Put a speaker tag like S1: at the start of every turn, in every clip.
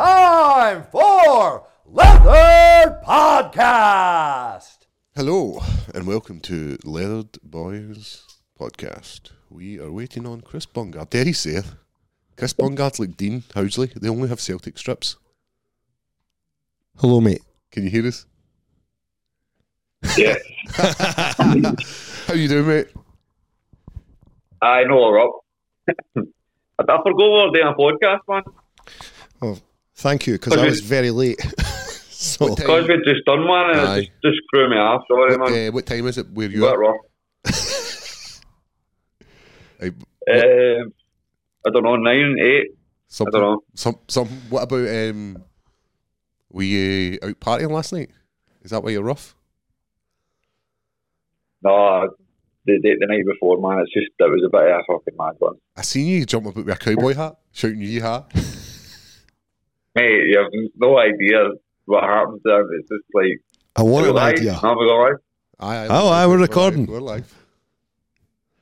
S1: time for Leopard Podcast.
S2: Hello, and welcome to Leathered Boys Podcast. We are waiting on Chris Bungard. Dare he say it? Chris Bungard, like Dean Housley, they only have Celtic strips.
S3: Hello, mate.
S2: Can you hear us?
S4: Yeah,
S2: How you doing, mate?
S4: I know we're up. I I forgot we were doing a podcast, man,
S3: Oh, thank you, because I was very late. so,
S2: What
S4: because
S2: time,
S4: we just done one and
S2: Aye.
S4: it's just, just screw me off. Sorry, man.
S2: uh, what time is it where you
S4: Bit
S2: are?
S4: rough.
S2: Aye,
S4: Um, I don't know, nine, eight. I
S2: something,
S4: don't know.
S2: Some, some, what about, um, we uh, out partying last night? Is that why you're rough?
S4: No, the, the, the night before, man, it's just it was a bit of a fucking mad one.
S2: I seen you jump about with a cowboy hat, shouting yee-haw.
S4: Mate, you have no idea what happened to him. It's just like
S3: I want
S4: we
S3: an
S4: live?
S3: idea.
S4: No, we all right.
S2: Aye, aye,
S3: Oh, aye, we're recording.
S2: We're live.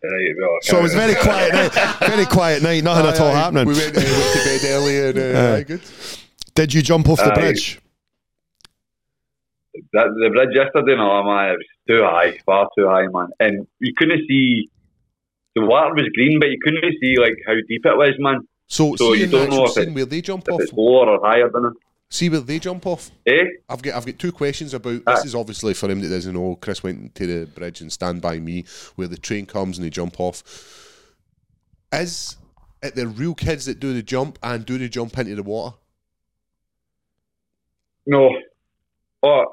S4: Right, we all
S3: So it was
S4: right.
S3: very quiet night. Very quiet night. Nothing at all
S2: Aye, aye.
S3: happening.
S2: We went, uh, went to bed early and uh,
S3: Aye.
S2: aye, good.
S3: Did you jump off the
S4: Aye.
S3: bridge?
S4: that, the bridge yesterday, no, man, it was too high, far too high, man. And you couldn't see the water was green, but you couldn't see like how deep it was, man.
S2: So,
S4: So
S2: see
S4: you
S2: in the
S4: don't know
S2: actual
S4: if
S2: scene
S4: it-
S2: where they jump
S4: If
S2: off.
S4: it's lower or higher than it,
S2: See where they jump off.
S4: eh?
S2: I've got I've got two questions about
S4: Aye.
S2: this. Is obviously for him that doesn't know. Chris went to the bridge and stand by me where the train comes and they jump off. Is it the real kids that do the jump and do they jump into the water?
S4: No. Or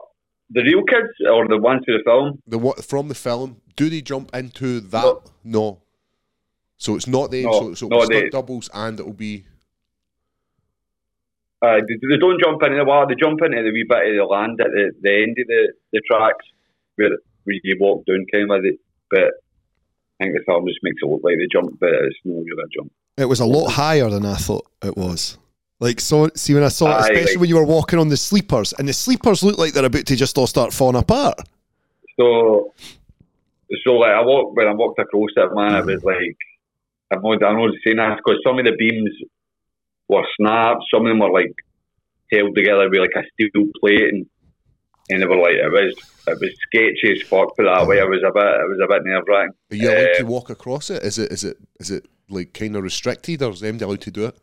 S4: the real kids or the ones for the film?
S2: The what from the film? Do they jump into that? No.
S4: No.
S2: So it's not them.
S4: No,
S2: So, so
S4: no,
S2: it's
S4: they-
S2: not doubles and it'll be
S4: Uh, they, they don't jump into the water. They jump into the wee bit of the land at the, the end of the, the tracks where, where you walk down kind of it. But I think the film just makes it look like they jump, but it's no real jump.
S3: It was a lot higher than I thought it was. Like so, see when I saw, it,
S4: Aye,
S3: especially
S4: like-
S3: when you were walking on the sleepers, and the sleepers look like they're about to just all start falling apart.
S4: So, so like I walked when I walked across it, man, it was like I'm not, I'm not saying that because some of the beams were snapped, some of them were like held together with like a steel plate, and and they were like it was it was sketchy as fuck. Put it that way, it was a bit it was a bit nerve wracking.
S2: Are you allowed
S4: Eh.
S2: to walk across it? Is it is it is it like kind of restricted, or is them allowed to do it?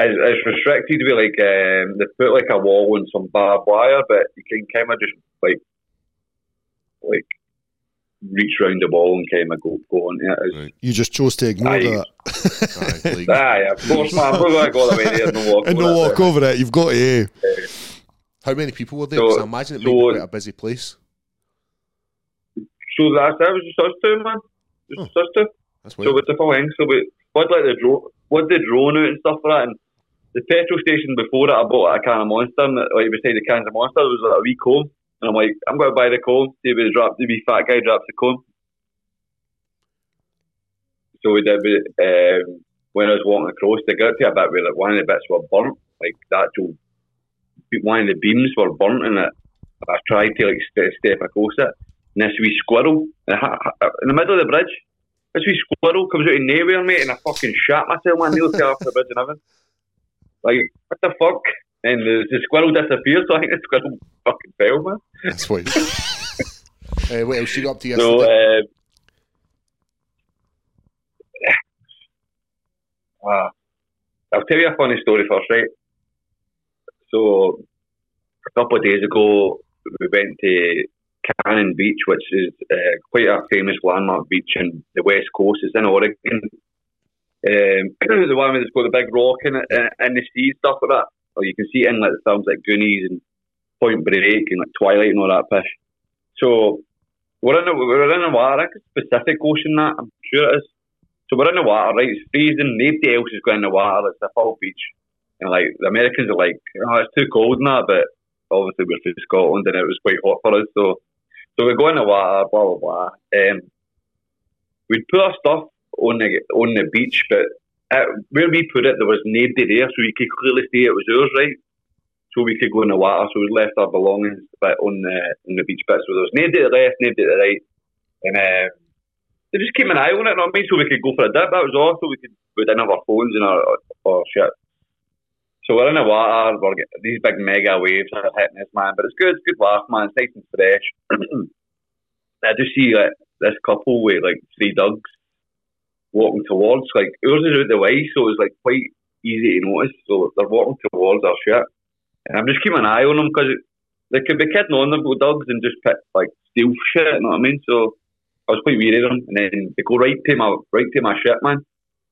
S4: It's, it's restricted with like um, they put like a wall and some barbed wire, but you can kind of just like like reach round the wall and kind of go go on it. It's-
S3: You just chose to ignore
S4: Aye.
S3: that
S2: Aye, like,
S4: Aye, of course, man. We're going to go all the way there and no walk.
S3: and
S4: over
S3: no
S4: it.
S3: walk over it. You've got to. eh?
S2: how many people were there? 'Cause
S4: So-
S2: I imagine it
S4: so-
S2: might be quite a busy place.
S4: So that's that was just us two, man. Just us two.
S2: That's
S4: So
S2: weird.
S4: with the full hang, so we would like the drone, would the drone out and stuff like that. And the petrol station before that, I bought a can of Monster, and like beside the cans of Monster was like a wee comb. And I'm like, I'm going to buy the comb. See if he drops, the wee fat guy drops the comb. So we did. we, Um, when I was walking across, they got to a bit where like one of the bits were burnt, like the actual one of the beams were burnt, and it. I tried to like step, step across it, and this wee squirrel in the ha- ha- in the middle of the bridge. This wee squirrel comes out of nowhere, mate, and I fucking shat myself. I nearly fell off the bridge and everything. Like, what the fuck? And the, the squirrel disappeared, so I think the squirrel fucking fell, man.
S2: That's weird. uh, what else you got up to
S4: So,
S2: yesterday?
S4: uh, ah, I'll tell you a funny story first, right? So, a couple of days ago, we went to Cannon Beach, which is uh, quite a famous landmark beach in the west coast. It's in Oregon. Um, the one that's got the big rock in it uh, in the sea, stuff like that. Or you can see it in like the films like Goonies and Point Break and like Twilight and all that pish. So we're in the we're in the water, I think it's Pacific Ocean that I'm sure it is. So we're in the water, right? It's freezing. Nobody else is going in the water. It's a full beach, and like the Americans are like, oh, it's too cold and that. But obviously we're from Scotland, and it was quite hot for us. So so we go in the water, blah blah blah. Um, we'd put our stuff on the on the beach, but uh where we put it, there was nobody there, so you could clearly see it was ours, right? So we could go in the water. So we left our belongings but on the on the beach bit. So there was nobody to the left, nobody to the right, and um, they just keep an eye on it. You know what I mean? So we could go for a dip. That was all. So we could we didn't have our phones and our, our shit. So we're in the water. We're getting, these big mega waves are hitting us, man. But it's good. It's good laugh, man. It's nice and fresh. I just see like this couple with like three dogs walking towards. Like ours is out the way, so it's like quite easy to notice. So they're walking towards our shit, and I'm just keeping an eye on them because they could be kidding on them with dogs and just pick, like steal shit. You know what I mean? So I was quite weary of them, and then they go right to my right to my shit, man,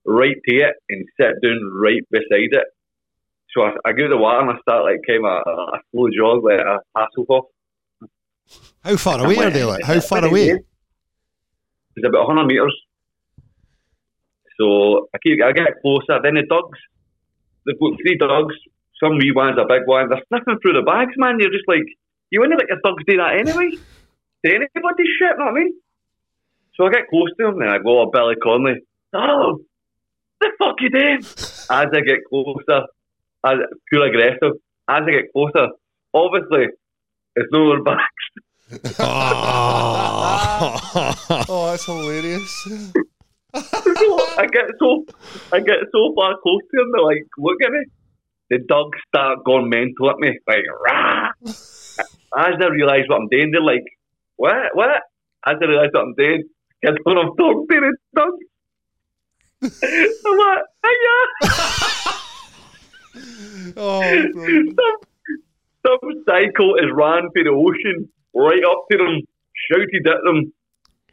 S4: right to it, and sit down right beside it. So I, I go to the water and I start like came a, a slow jog like a Hasselhoff.
S3: How far away are they? Like? How far away?
S4: It's about 100 meters. So I keep I get closer. Then the dogs, they've got three dogs. Some wee ones, a big one. They're sniffing through the bags, man. You're just like, you wouldn't let your dogs do that anyway. Do anybody shit, know what I mean? So I get close to them and I go, oh, Billy Conley. Oh, the fuck you doing? As I get closer, as pure aggressive. As I get closer, obviously, it's no one backs.
S2: Oh, that's hilarious.
S4: so I get so I get so far close to him, they're like, look at me. The dogs start going mental at me, like rah. As they realise what I'm doing, they're like, what, what? As they realise what I'm doing, guess what I'm talking to the dogs. I'm like, hiya.
S2: oh, bro.
S4: some, some psycho has ran to the ocean, right up to them, shouted at them.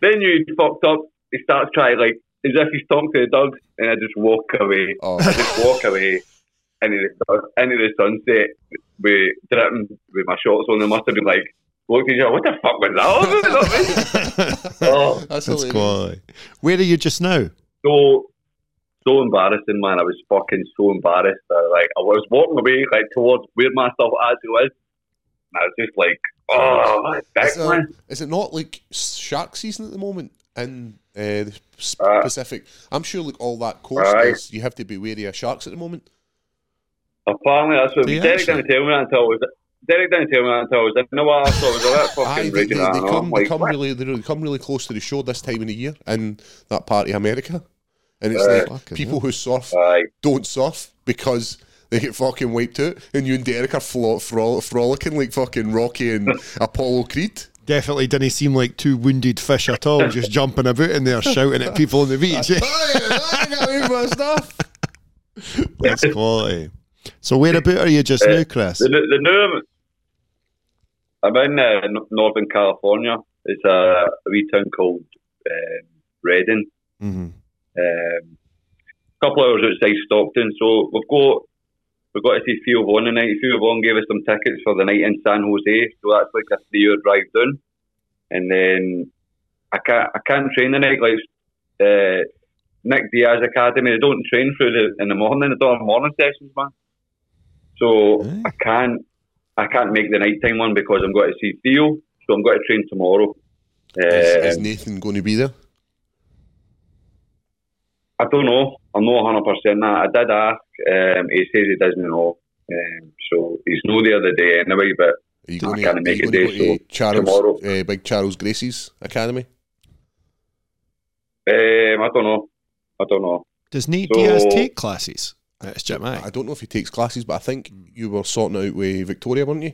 S4: Then you fucked up. He starts trying like as if he's talking to the dogs, and I just walk away.
S2: Oh.
S4: I just walk away into the sun- into the sunset with dripping with my shorts on. They must have been like, looked at each other, what the fuck was that? oh,
S2: That's
S3: That's
S2: hilarious.
S3: quality. Where are you just now?
S4: so so embarrassing, man. I was fucking so embarrassed. I, like I was walking away like towards where my stuff actually was, and I was just like, oh, my dick,
S2: Is, uh,
S4: man.
S2: is it not like shark season at the moment in uh, the S-
S4: Uh,
S2: Pacific? I'm sure, like all that coast,
S4: aye.
S2: is, you have to be wary of sharks at the moment.
S4: Apparently, that's what
S3: Do you
S4: Derek
S3: actually?
S4: didn't tell me that until I was. Derek didn't tell me that until I was in the water, so I was a bit
S2: Aye,
S4: fucking
S2: they,
S4: raging
S2: they,
S4: at
S2: they
S4: it,
S2: come,
S4: I'm
S2: they
S4: like,
S2: come
S4: what?
S2: really, they come really close to the shore this time of the year in that part of America, and it's
S4: Aye.
S2: like
S3: Fucking
S2: people who surf
S4: Aye.
S2: don't surf because they get fucking wiped out, and you and Derek are fro- fro- frolicking like fucking Rocky and Apollo Creed.
S3: Definitely didn't seem like two wounded fish at all, just jumping about in there shouting at people on the beach.
S2: Aye, aye, I got rid of my stuff.
S3: That's quality. So whereabout are you just now, Chris?
S4: The, the new, I'm in uh, N- Northern California. It's a wee town called um, Redding.
S3: Mm-hmm.
S4: um, couple hours outside Stockton. So we've got we've got to see Theo Vaughn tonight. Theo Vaughn gave us some tickets for the night in San Jose, so that's like a three-hour drive down. And then I can't I can't train the night like uh, Nick Diaz Academy. They don't train through the in the morning. They don't have morning sessions, man. So
S3: Eh?
S4: I can't I can't make the nighttime one because I'm going to see Theo. So I'm going to train tomorrow. Um,
S2: Is, is Nathan going to be there?
S4: I don't know. I'm not 100 percent that. I did ask. Um, he says he doesn't know. Um, so he's no there the day anyway. But
S2: Are you
S4: I
S2: going to,
S4: can't
S2: are
S4: make
S2: you
S4: it
S2: going
S4: there,
S2: to go to
S4: tomorrow.
S2: Charles, uh, Big Charles Gracie's Academy?
S4: um, I don't know. I don't know.
S3: Does Nate
S4: So-
S3: Diaz take classes? That's Jim
S2: I don't know if he takes classes, but I think
S4: Hmm.
S2: you were sorting it out with Victoria, weren't you?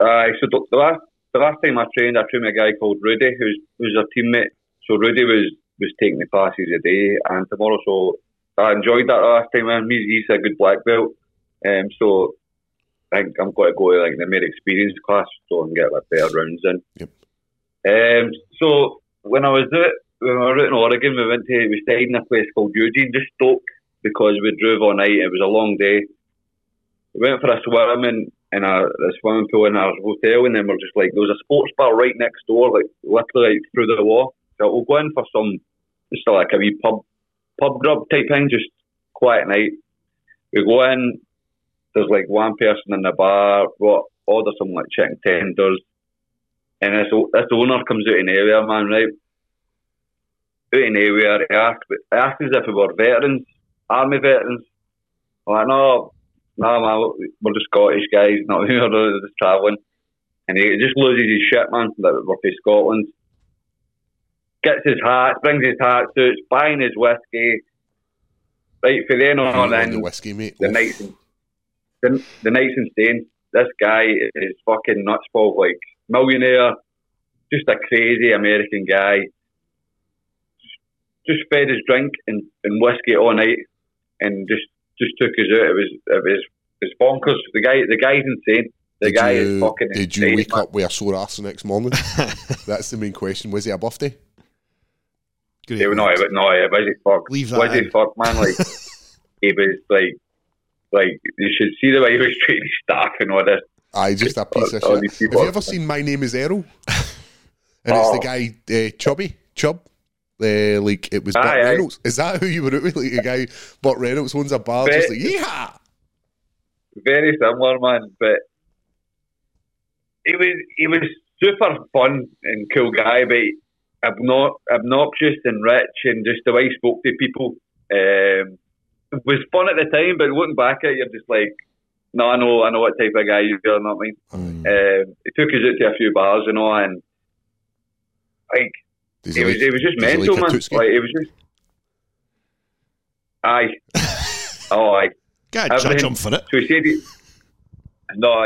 S4: Aye, Uh, so the, the last the last time I trained, I trained with a guy called Rudy, who's who's a teammate. So Rudy was was taking the classes today and tomorrow. So I enjoyed that last time. Man, he's, he's a good black belt. Um, so I think I'm going to go to like the mere experience class so I can get like better rounds in.
S2: Yep.
S4: Um, so when I was out, when I was out in Oregon, we went to we stayed in a place called Eugene, just Stoke, because we drove all night. It was a long day we went for a swim in, in a, a swimming pool in our hotel, and then we're just like, there was a sports bar right next door, like literally like, through the wall. So we'll go in for some, just like a wee pub, pub grub type thing, just quiet night. We go in, there's like one person in the bar, what order some like chicken tenders, and this, o- this owner comes out in area, man, right? Out in area, he asks, he asks us if we were veterans, army veterans. I'm like, no, no, man, we're just Scottish guys, not we're just travelling. And he just loses his shit, man, that we're from Scotland. Gets his hat, brings his hat suits, buying his whiskey. Right, for then
S2: You
S4: on,
S2: want the
S4: Oh, then
S2: whiskey, mate.
S4: the
S2: Oh,
S4: nights, the, the night's insane. This guy is fucking nuts, Paul. Like millionaire, just a crazy American guy. Just, just fed his drink and, and whiskey all night, and just just took us out. It was it was it was bonkers. The guy the guy's insane. The
S2: Did
S4: guy
S2: you,
S4: is fucking
S2: Did
S4: insane.
S2: you wake up with a sore arse the next morning? That's the main question. Was he a buff day?
S3: Great.
S4: They were not, no, I was he fuck.
S3: Leave that
S4: was he
S3: in.
S4: fuck, man? Like he was like, like you should see the way he was treating his staff and all this.
S2: Aye, just a piece of
S4: Oh,
S2: shit.
S4: these
S2: Have
S4: people
S2: you
S4: are-
S2: ever seen My Name is Errol? and it's the
S4: Oh.
S2: guy, uh, Chubby, Chubb. Uh, like it was
S4: Aye,
S2: Burt
S4: aye.
S2: Reynolds. Is that who you were out with? Like the guy, Burt Reynolds owns a bar, just
S4: Bit-
S2: like, yeehaw!
S4: Very similar, man. But he was he was super fun and cool guy, but obno- obnoxious and rich, and just the way he spoke to people um, it was fun at the time. But looking back at it, you're just like, no, I know, I know what type of guy you are. Not me. Um, he took us out to a few bars and all, and like
S2: Does
S4: it
S2: he
S4: was,
S2: like-
S4: it was just
S2: does he
S4: mental,
S2: like
S4: man.
S2: Katutski?
S4: Like it was just, aye, oh aye.
S3: Can't judge
S4: Everything-
S3: him for it.
S4: So he said, he, no,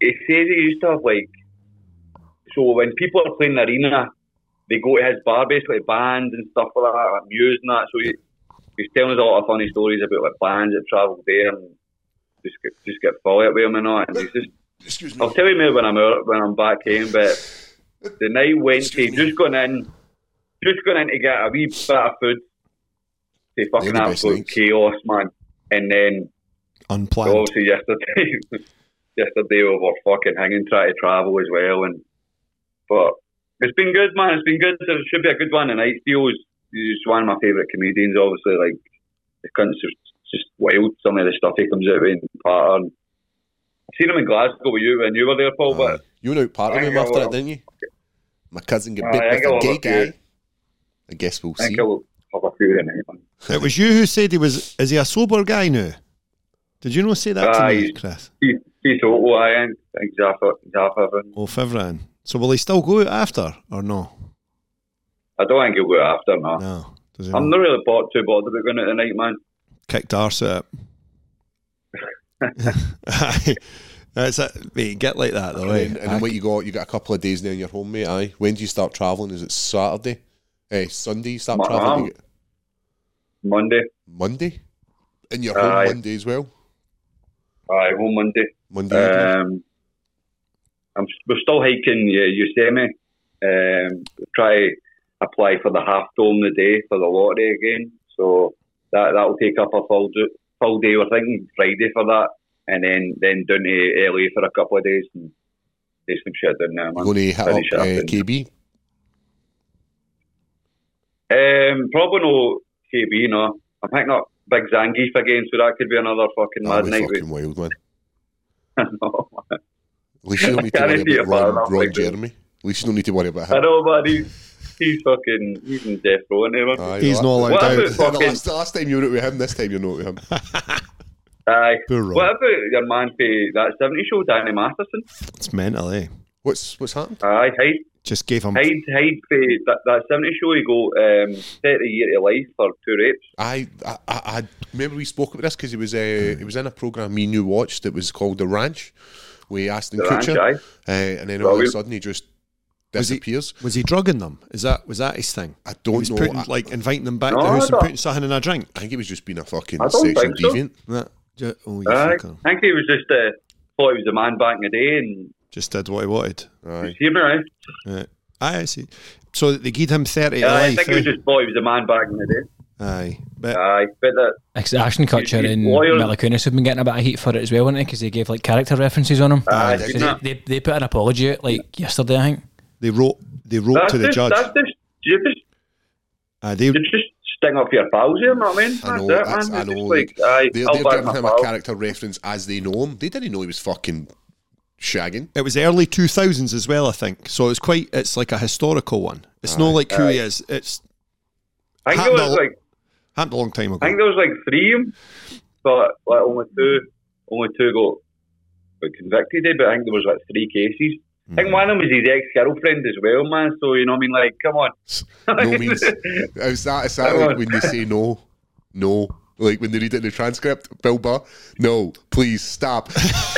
S4: he said he used to have like, so when people are playing the arena, they go to his bar basically bands and stuff like that, like music and that. So he, he's telling us a lot of funny stories about like bands that travelled there and just get, just get followed with him and all. And he's just
S2: Excuse me.
S4: I'll tell you more when I'm out, when I'm back home. But the night went to just going in, just going in to get a wee bit of food. They
S2: They're
S4: fucking
S2: the best
S4: absolute
S2: nights.
S4: chaos, man. And then
S3: Unplanned.
S4: so obviously yesterday, yesterday we were fucking hanging, trying to travel as well. And but it's been good, man. It's been good. It should be a good one tonight. Steel's he's one of my favourite comedians. Obviously, like the cunt's just, just wild. Some of the stuff he comes out with in pattern. I've seen him in Glasgow with you when you were there, Paul. But
S2: Um, you went out partying
S4: I
S2: with him
S4: got
S2: after
S4: one.
S2: that, didn't you? My cousin got
S4: Aye,
S2: bit
S4: I
S2: with
S4: got
S2: a
S4: one
S2: gay
S4: up here.
S2: guy. I guess we'll
S4: I
S2: Ah, see.
S4: think I'll have a few tonight, man.
S3: It was you who said he was. Is he a sober guy now? Did you not say that to me,
S4: Aye.
S3: Chris?
S4: He's, he's total. I ain't. I think Zaffa, Zaffa.
S3: Well, Fivran. So will he still go out after or no?
S4: I don't think he'll go after, man.
S3: No. Does he
S4: I'm
S3: not?
S4: not really bought too bothered about going out tonight, man.
S3: kicked arse at it? Aye. That's it. Mate, get like that
S2: And,
S3: though. eh?
S2: then, and then what you got? You got a couple of days now in your home, mate. Aye. When do you start travelling? Is it Saturday? Eh, Sunday you start
S4: My
S2: travelling?
S4: mum.
S2: You get-
S4: Monday.
S2: Monday? In your home
S4: Aye.
S2: Monday as well?
S4: Aye, home Monday.
S2: Monday? evening?
S4: Um, I'm, we're still hiking uh, Yosemite. Um, try apply for the half dome the day for the lottery again. So that that'll take up a full do, full day. We're thinking Friday for that, and then then down to LA for a couple of days and do some shit down there,
S2: You're
S4: man.
S2: going to hit up
S4: Finish
S2: uh,
S4: and-
S2: KB?
S4: Um, probably no KB. No, I'm picking up Big Zangief again, so that could be another fucking
S2: That'll
S4: mad
S2: be
S4: night.
S2: Oh, fucking wild, man.
S4: with-
S2: At least you don't need to
S4: I
S2: worry
S4: guarantee
S2: about
S4: you, man,
S2: Ron,
S4: I'll
S2: Ron
S4: take this.
S2: Jeremy. At least you don't need to worry about
S4: I
S2: him.
S4: know, but he's, he's fucking he's in death row, isn't he? man?
S2: Aye,
S3: He's
S2: well,
S3: not allowed
S4: What
S3: out.
S4: about
S2: The
S4: fucking
S2: last, the last time you were out with him, this time you're not with him.
S4: aye?
S3: Poor Ron.
S4: What about your man for that seventy show, Danny Masterson?
S3: It's mental, eh?
S2: What's what's happened?
S4: Aye, hide
S3: Just gave him.
S4: hide hide for that, that seventy show. He go um, thirty year to life for two rapes.
S2: I I, I, I remember we spoke about this because he was uh, he was in a program me new watched that was called The Ranch with Aston
S4: The Ranch,
S2: Kutcher,
S4: aye.
S2: uh, and then all of a
S4: Brilliant.
S2: sudden he just
S3: Was he-
S2: disappears.
S3: Was he drugging them? Is that was that his thing?
S2: I
S3: He
S2: don't
S3: was
S2: know.
S3: putting,
S2: I,
S3: like inviting them back to
S4: No,
S3: the house
S4: I
S3: and putting something in a drink.
S2: I think he was just being a fucking
S4: I don't
S2: sexual
S4: think so.
S2: deviant.
S3: That, ju- oh, you
S4: Aye,
S3: fucker.
S4: I think he was just uh, thought he was the man back in the day, and
S3: Just did what he wanted.
S2: Aye.
S4: hear me right.
S3: Right. Aye, I see. So they gave him 30 to
S4: Aye, I
S3: life.
S4: think he was
S3: eh?
S4: just thought he was the man back in the day.
S3: Aye. But
S4: Aye, but that
S5: It's Ashton Kutcher
S4: He's
S5: and
S4: loyal.
S5: Mila Kunis have been getting a bit of heat for it as well, weren't they? Because they gave like character references on him.
S4: Aye,
S5: So
S4: didn't
S5: they, they, they put an apology out like yesterday, I think.
S3: they wrote they wrote
S4: that's
S3: to the
S4: just,
S3: judge.
S4: That's just you just
S3: Aye, they
S4: you just sting up your pals here. You know what I mean?
S2: I know,
S4: That's it,
S2: that's,
S4: man.
S2: I
S4: You're
S2: know. Like,
S4: just like, aye,
S2: they're,
S4: I'll
S2: they're
S4: back
S2: giving
S4: my
S2: him
S4: pal.
S2: a character reference as they know him. They didn't know he was fucking shagging.
S3: It was early two thousands as well, I think. So it's quite it's like a historical one. It's not like who he is. It's
S4: I think it
S3: Handle.
S4: was like
S3: happened a long time
S4: I think
S3: ago.
S4: there was like three of them, but like only two, only two got, got convicted. eh, But I think there was like three cases. I
S3: Mm.
S4: think one of them was his ex girlfriend as well, man. So you know, what I mean, like, come on.
S2: No means. It's that, it's that
S4: Come
S2: like
S4: on.
S2: when they say no, no, Like when they read it in the transcript, Bill Burr, no, please stop.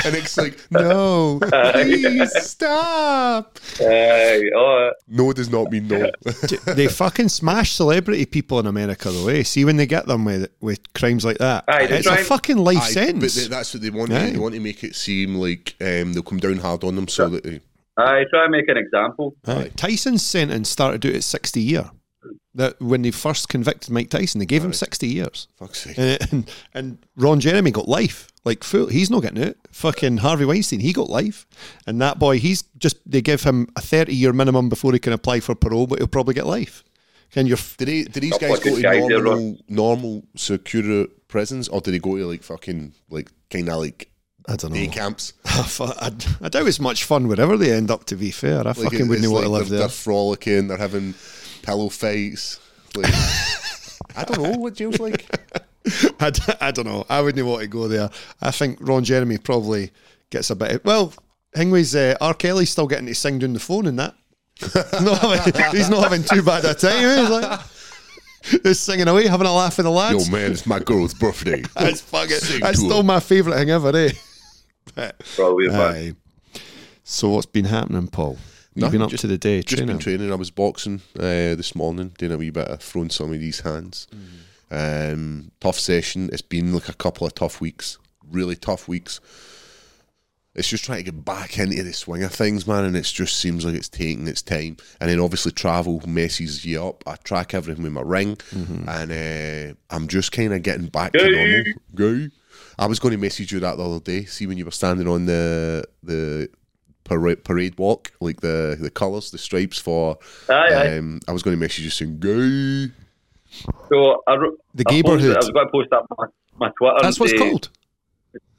S2: And it's like, no, please stop.
S4: Aye, oh,
S2: No does not mean no.
S3: they fucking smash celebrity people in America though. Eh? See when they get them with with crimes like that,
S4: Aye, they're
S3: it's a
S4: trying-
S3: fucking life
S2: Aye, But
S3: sentence.
S2: th- that's what they want.
S3: Aye.
S2: They want to make it seem like um, they'll come down hard on them so that they.
S4: aye, try and make an example.
S3: Aye. Tyson's sentence started out at sixty year. That when they first convicted Mike Tyson, they gave him sixty years,
S2: Fuck's sake.
S3: and, and and Ron Jeremy got life. Like fool, he's not getting it. Fucking Harvey Weinstein, he got life, and that boy, he's just they give him a thirty year minimum before he can apply for parole, but he'll probably get life. Can you?
S2: Do, they, do these
S4: Not
S2: guys go
S4: fucking
S2: to
S4: guys, they're
S2: normal, normal, secure prisons or do they go to like fucking, like, kind of like
S3: I don't
S2: day
S3: know.
S2: camps?
S3: Fu- I, I doubt it's much fun wherever they end up. To be fair, I
S2: Like,
S3: fucking wouldn't
S2: it's
S3: want to
S2: like
S3: live
S2: they're,
S3: there.
S2: They're frolicking, they're having pillow fights. Like, I don't know what jail's like.
S3: I, d- I don't know. I wouldn't want to go there. I think Ron Jeremy probably gets a bit. Of, well, Hingway's uh, R. Kelly's still getting to sing down the phone in that. No, he's not having too bad a time. eh? He's like he's singing away, having a laugh with the
S2: Yo,
S3: lads.
S2: man, it's my girl's birthday.
S3: that's fucking.
S2: Sing
S3: That's
S2: to
S3: still
S2: her.
S3: my favourite thing ever. Eh?
S4: Probably, but
S3: Aye. So what's been happening, Paul? You've been
S2: Nothing,
S3: up
S2: just-
S3: to the day
S2: Just
S3: training.
S2: been training. I was boxing uh, this morning, doing a wee bit of throwing some of these hands. Um, tough session. It's been like a couple of tough weeks, really tough weeks. It's just trying to get back into the swing of things, man, and it just seems like it's taking its time. And then obviously travel messes you up. I track everything with my ring, and uh, I'm just kind of getting back to normal. Gay. I was going to message you that the other day. See when you were standing on the the parade, parade walk, like the the colours, the stripes for.
S4: Aye, aye.
S2: um, I was going to message you saying gay.
S4: so I, wrote-
S3: The
S4: I posted-
S3: Gayborhood.
S4: I was going to post that on my, my Twitter.
S3: That's
S4: and
S3: what's
S4: say-
S3: called.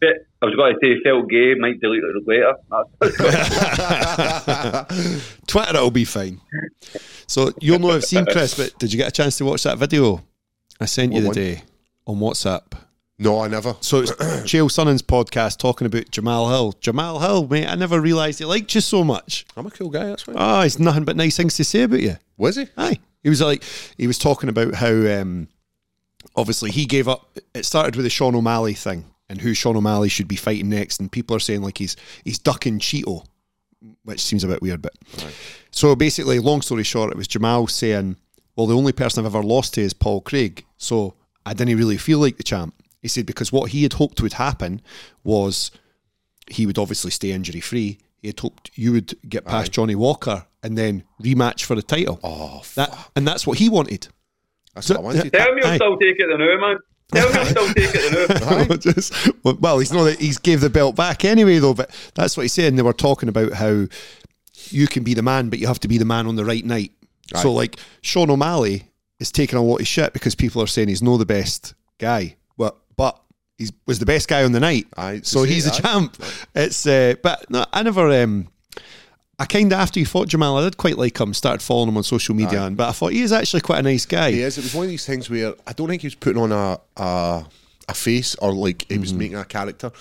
S4: I was going to say felt gay, might delete it later. That's-
S3: Twitter, it'll be fine. So you'll know I've seen Chris, but did you get a chance to watch that video I sent you
S2: What
S3: the day on WhatsApp?
S2: No, I never.
S3: So it's Chael Sonnen's podcast talking about Jamal Hill. Jamal Hill, mate, I never realised he liked you so much.
S2: I'm a cool guy. That's why.
S3: Ah, he's nothing but nice things to say about you.
S2: Was he?
S3: Aye. He was like, he was talking about how um, obviously he gave up. It started with the Sean O'Malley thing and who Sean O'Malley should be fighting next. And people are saying like he's he's ducking Cheeto, which seems a bit weird. But so basically, long story short, it was Jamal saying, "Well, the only person I've ever lost to is Paul Craig, so I didn't really feel like the champ." He said because what he had hoped would happen was he would obviously stay injury free. He had hoped you would get past Johnny Walker and then rematch for the title.
S2: Oh,
S3: That and that's what he wanted.
S2: that's what I wanted.
S4: Tell me
S3: Aye.
S4: you'll still take it the new man. Tell me you'll still take it the new.
S3: Just- well, he's not. He's gave the belt back anyway, though. But that's what he said. And they were talking about how you can be the man, but you have to be the man on the right night. So, like Sean O'Malley is taking a lot of shit because people are saying he's no the best guy. Well, but he was the best guy on the night.
S2: Aye,
S3: so
S2: they say
S3: he's a
S2: that.
S3: champ. It's uh, but no, I never. Um, I kind of after you fought Jamal, I did quite like him. Started following him on social media, and but I thought he is actually quite a nice guy.
S2: He is. It was one of these things where I don't think he was putting on a a, a face or like he
S3: Mm-hmm.
S2: was making a character.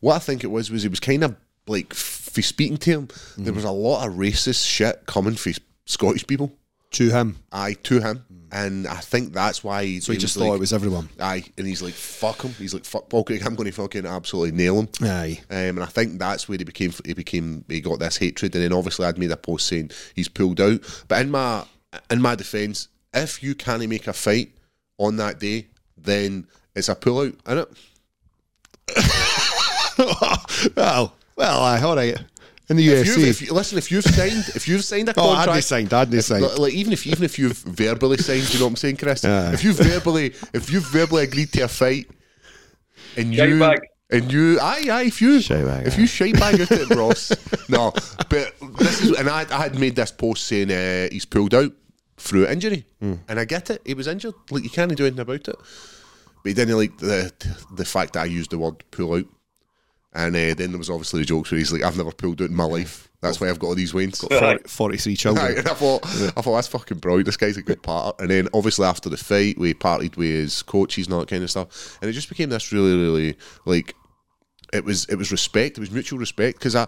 S2: What I think it was was he was kind of like f- speaking to him.
S3: Mm-hmm.
S2: There was a lot of racist shit coming for Scottish people.
S3: To him,
S2: Aye, to him, and I think that's why.
S3: Mm. so he, just thought
S2: like,
S3: it was everyone.
S2: Aye, and he's like, "Fuck him." He's like, "Fuck Paul Craig. I'm going to fucking absolutely nail him."
S3: Aye.
S2: Um, and I think that's where he became he became he got this hatred, and then obviously I'd made a post saying he's pulled out. But in my in my defence, if you can't make a fight on that day, then it's a pull out, isn't it?
S3: well, well, I all right. In the
S2: If you've,
S3: UFC,
S2: if you, listen, if you've signed if you've signed a
S3: Oh, I'd be
S2: contract,
S3: signed, I'd be
S2: if-
S3: signed.
S2: Like, even if even if you've verbally signed, do you know what I'm saying, Chris?
S3: Aye.
S2: If you've verbally if you've verbally agreed to a fight, and
S4: Shite
S2: you
S4: bag.
S2: and you, aye, aye, if you
S3: Shite bag,
S2: if
S3: aye.
S2: you shite bag out at Ross, no, but this is and I, I had made this post saying uh, he's pulled out through injury,
S3: Hmm.
S2: and I get it. He was injured, like you can't do anything about it. But he didn't like the the fact that I used the word pull out. And uh, then there was obviously the jokes where he's like, "I've never pulled out in my life. That's why I've got all these wings." Aye,
S3: 40 43 children.
S2: and I thought, I thought that's fucking brilliant. This guy's a good partner. And then obviously after the fight, we partied with his coaches and all that kind of stuff. And it just became this really, really like it was it was respect. It was mutual respect because I.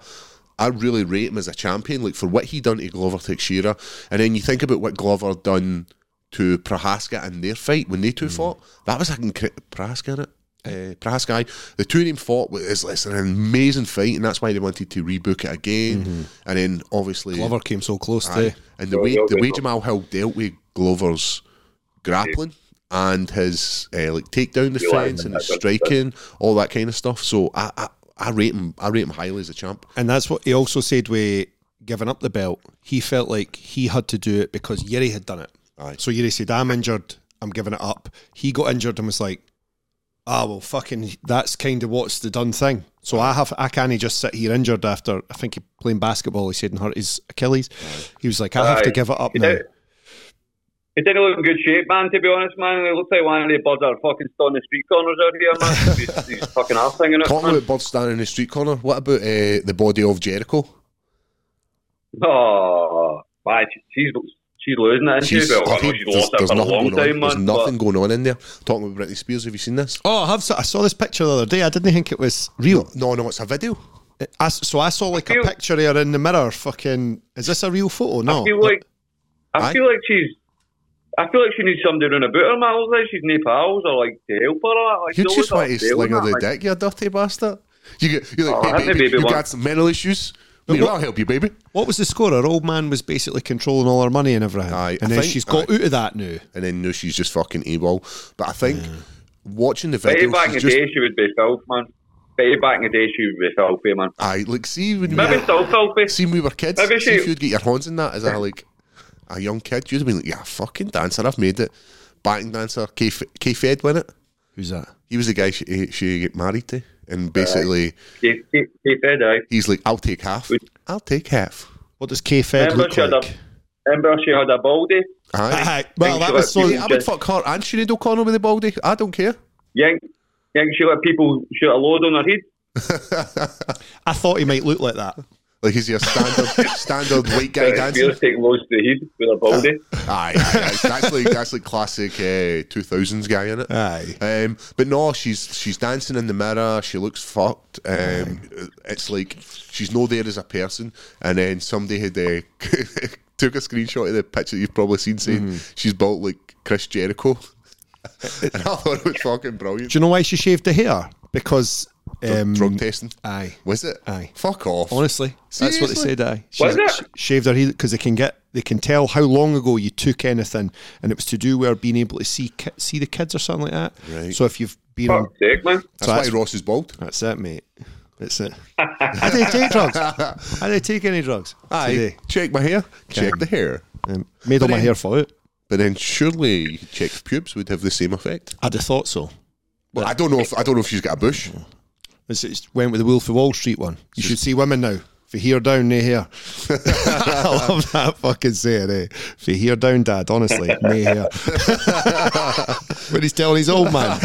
S2: I really rate him as a champion, like for what he done to Glover Teixeira, and then you think about what Glover done to Prohaska in their fight when they two fought. That was like incre- Prohaska, innit? Uh, Prohaska, aye. the two of them fought. wa- It's, it's an amazing fight, and that's why they wanted to rebook it again. And then obviously
S3: Glover came so close
S2: Aye.
S3: to.
S2: And the
S4: Well,
S2: way
S4: well,
S2: the way
S4: well.
S2: Jamal Hill dealt with Glover's grappling and his uh, like takedown defense and his striking, all that kind of stuff. So I, I I rate him I rate him highly as a champ.
S3: And that's what he also said with giving up the belt. He felt like he had to do it because Yuri had done it.
S2: Aye.
S3: So Yuri said, I'm injured, I'm giving it up. He got injured and was like, Ah well fucking that's kind of what's the done thing. So I have I can't just sit here injured after I think he playing basketball, he said and hurt his Achilles. He was like, I have to
S4: Aye.
S3: give it up
S4: He
S3: now.
S4: did. He didn't look in good shape, man, to be honest, man. He looks like one of the birds that are fucking standing the street corners out here, man. he's, he's fucking ass hanging out,
S2: Talking
S4: man.
S2: about birds standing in the street corner, what about uh, the body of Jericho?
S4: Oh, man, she's, she's losing it, isn't she?
S2: She's,
S4: Well, I know
S2: fucking-
S4: she's
S2: there's,
S4: lost it
S2: there's
S4: for a
S2: nothing
S4: long
S2: going
S4: time,
S2: on. There's
S4: man. but-
S2: nothing going on in there. Talking about Britney Spears, have you seen this?
S3: Oh, I have I saw this picture the other day. I didn't think it was real.
S2: No, no, it's a video.
S3: I, so I saw like a
S4: feel-
S3: picture here in the mirror. Fucking, is this a real photo? No.
S4: I feel like I
S2: Aye.
S4: feel like she's. I feel like she needs somebody around about her, man. I was like, she's no pals or like to help her. or that. Like,
S2: You
S4: she
S2: just want
S4: always
S2: to
S4: has help
S2: sling her
S4: her,
S2: the
S4: like,
S2: dick, you dirty bastard. You get, you're like,
S4: Oh,
S2: hey,
S4: haven't
S2: baby,
S4: they, baby,
S2: you got
S4: once?
S2: some mental issues. Me,
S3: what-
S2: I'll help you, baby.
S3: What was the score? Her old man was basically controlling all her money and everything.
S2: Aye,
S3: and
S2: I
S3: then
S2: think-
S3: she's got out of that now.
S2: and then now she's just fucking AWOL. But I think watching the
S4: Betty
S2: video,
S4: back in
S2: she's
S4: the
S2: just,
S4: day, she would be filthy, man. Betty back in the day, she would be filthy, man.
S2: aye, like see when
S4: Maybe
S2: we were,
S4: still filthy.
S2: see when we were kids,
S4: Maybe
S2: see if
S4: she-
S2: you'd get your horns in that as a like a young kid, you'd have been like, yeah, fucking dancer, I've made it. Backing dancer, K K Fed win it.
S3: Who's that?
S2: He was the guy she she get married to, and basically
S4: She, she, she said, aye.
S2: he's like, I'll take half, I'll take half.
S3: What does K Fed
S4: Remember
S3: look
S4: she had a,
S3: like?
S4: remember she had a baldy.
S2: Aye.
S3: Aye, well,
S4: Think
S3: that
S4: she
S3: was
S4: was-
S3: so.
S4: you-
S2: I would fuck her and Sinead O'Connor with the baldy. I don't care.
S4: Yank, yank. She let people shoot a load on her head.
S3: I thought he might look like that.
S2: Like is he a standard standard white guy
S4: Britney
S2: dancer?
S4: Spears Uh, take loads to the head with a baldy.
S2: Aye, aye, aye. that's like that's like classic uh, two thousands guy in it.
S3: Aye.
S2: Um, but no, she's she's dancing in the mirror. She looks fucked. Um, it's like she's no there as a person. And then somebody had uh, took a screenshot of the picture you've probably seen, saying
S3: Mm-hmm.
S2: she's built like Chris Jericho. and I thought it was fucking brilliant.
S3: Do you know why she shaved the hair? Because um,
S2: Drug testing.
S3: Aye.
S2: Was it?
S3: Aye.
S2: Fuck off.
S3: Honestly, that's what they
S2: Seriously?
S3: said. Aye, she,
S4: Was it?
S3: she shaved her head because they can get they can tell how long ago you took anything, and it was to do with her being able to see ki- see the kids or something like that.
S2: Right.
S3: So if you've been on,
S4: Fuck's sake, man.
S2: That's why Ross is bald.
S3: that's it, mate. That's it. I didn't take drugs. I didn't take any drugs.
S2: Aye.
S3: today.
S2: Check my hair. Check the hair.
S3: Um, made all my hair fall out.
S2: But then surely you could check pubes would have the same effect.
S3: I'd have thought so.
S2: Well, I don't know if I don't know if she's got a bush.
S3: It's, it's went with the Wolf of Wall Street one. You should see women now. For here down, nay here. I love that fucking saying, eh? For here down, dad, honestly, nay here. when he's telling his old man.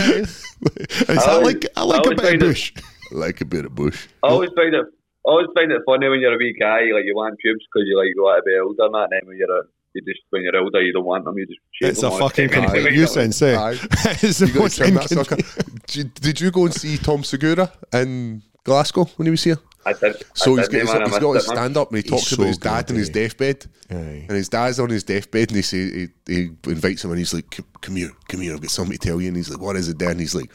S3: I, like, I like
S4: always
S3: a bit of
S4: find it-
S3: bush.
S2: Like a bit of bush.
S4: I always find it. I always find it funny when you're a wee guy, like you want pubes because you like you want to be older, and that. And then when you're a, you just when you're older, you don't want them. You just shave
S3: It's
S4: them
S3: a
S4: off.
S3: fucking
S4: Take them
S3: complete
S4: out.
S3: nuisance, eh?
S2: Aye.
S3: it's the
S2: You got
S3: most
S2: to trim that sucker.
S3: inconvenient.
S2: Did you- Did you go and see Tom Segura in Glasgow when he was here?
S4: I did.
S2: So
S4: I
S2: he's got, he's got- he's
S4: did, man, I
S2: got his
S4: missed it, man.
S2: stand up and he talks
S3: so
S2: about his
S3: good,
S2: dad and his
S3: eh?
S2: deathbed.
S3: Aye.
S2: And his dad's on his deathbed and he, say, he he invites him and he's like, "C- Come here, come here, I've got something to tell you. And he's like, What is it, Dad? And he's like,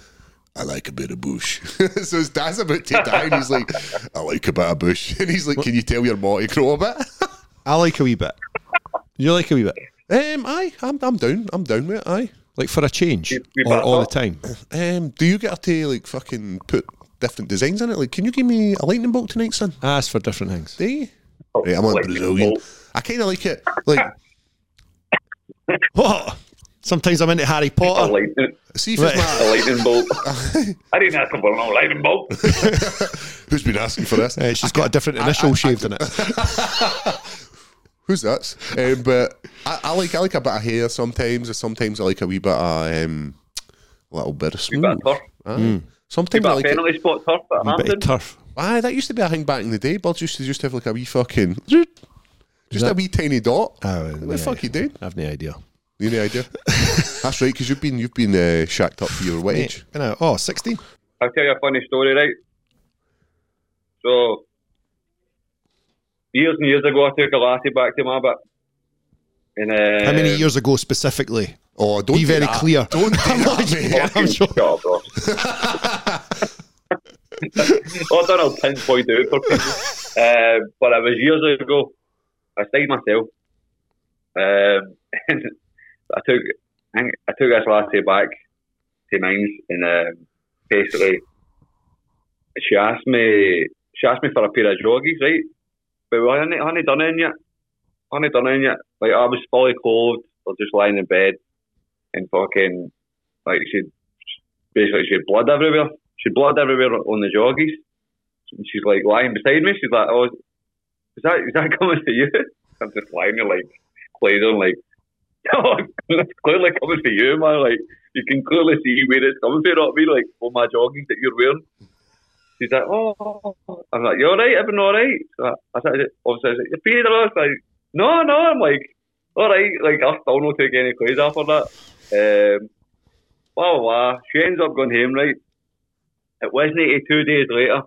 S2: I like a bit of bush. so his dad's about to die and he's like, I like a bit of bush. And he's like, Can you tell your ma to grow a bit?
S3: I like a wee bit. You like a wee bit?
S2: um, aye, I'm, I'm down. I'm down with it, aye.
S3: Like for a change?
S4: wee
S3: or
S4: bit
S3: all the
S4: up.
S3: time?
S2: Um, do you get to like fucking put different designs in it? Like, can you give me a lightning bolt tonight, son?
S3: I ask for different things.
S2: Do you? Right, I'm on
S4: Oh, lightning
S2: Brazilian.
S4: bolt.
S2: I kind of like it. Like,
S3: What? Sometimes I'm into Harry
S4: A
S3: Potter.
S4: lightning,
S2: see if it's
S3: Right.
S4: a
S2: my,
S4: lightning bolt. I didn't ask him for no lightning bolt.
S2: who's been asking for this.
S3: Uh, she's got a different initial shaved in it.
S2: Who's that? Um, but I, I like I like a bit of hair sometimes. Or sometimes I like a wee bit of um, little bit of
S4: But I
S2: smooth.
S4: turf.
S2: Aye.
S3: Hmm.
S4: But
S2: Sometimes I
S4: I
S2: like it.
S4: penalty spot turf at
S3: A bit
S4: Hampden.
S3: of turf.
S2: Aye, that used to be a thing back in the day. Birds used to just have like a wee fucking, just a
S3: that-
S2: wee tiny dot.
S3: Oh,
S2: what
S3: yeah.
S2: the fuck you doing?
S3: I've no idea.
S2: You know, I do. That's right, because you've been you've been uh, shacked up for your wage.
S3: You know, oh, 16?
S4: I'll tell you a funny story, right? So, years and years ago, I took a lassie back to my bit. And, uh,
S3: How many years ago specifically?
S2: Oh, Um, don't
S3: Be
S2: do
S3: very
S2: that.
S3: clear.
S2: Don't do that, mate.
S3: I'm sure.
S4: Shut up, bro. well, Donald pinpoint it out for people. Uh, but it was years ago. I stayed myself. Um, and I took I think I took this latte back to Mines and um, basically she asked me she asked me for a pair of joggies, right? But I hadn't, I hadn't done anything yet. I hadn't done anything yet. Like I was fully clothed or just lying in bed and fucking like she basically she had blood everywhere. She had blood everywhere on the joggies. And she's like lying beside me. She's like, "Oh, is that is that coming to you?" I'm just lying there like played on like, "No, it's clearly coming to you, man. Like you can clearly see where it's coming from. Not me, like on my joggies that you're wearing." She's like, "Oh," I'm like, "You all right? Everything all right?" So I- I said, "Obviously, I said, you're peeing I was like, "No, no." I'm like, "All right." Like I still not take any clues after that. Um, blah, blah, blah. Oh, uh, She ends up going home, right? It wasn't 82 days later.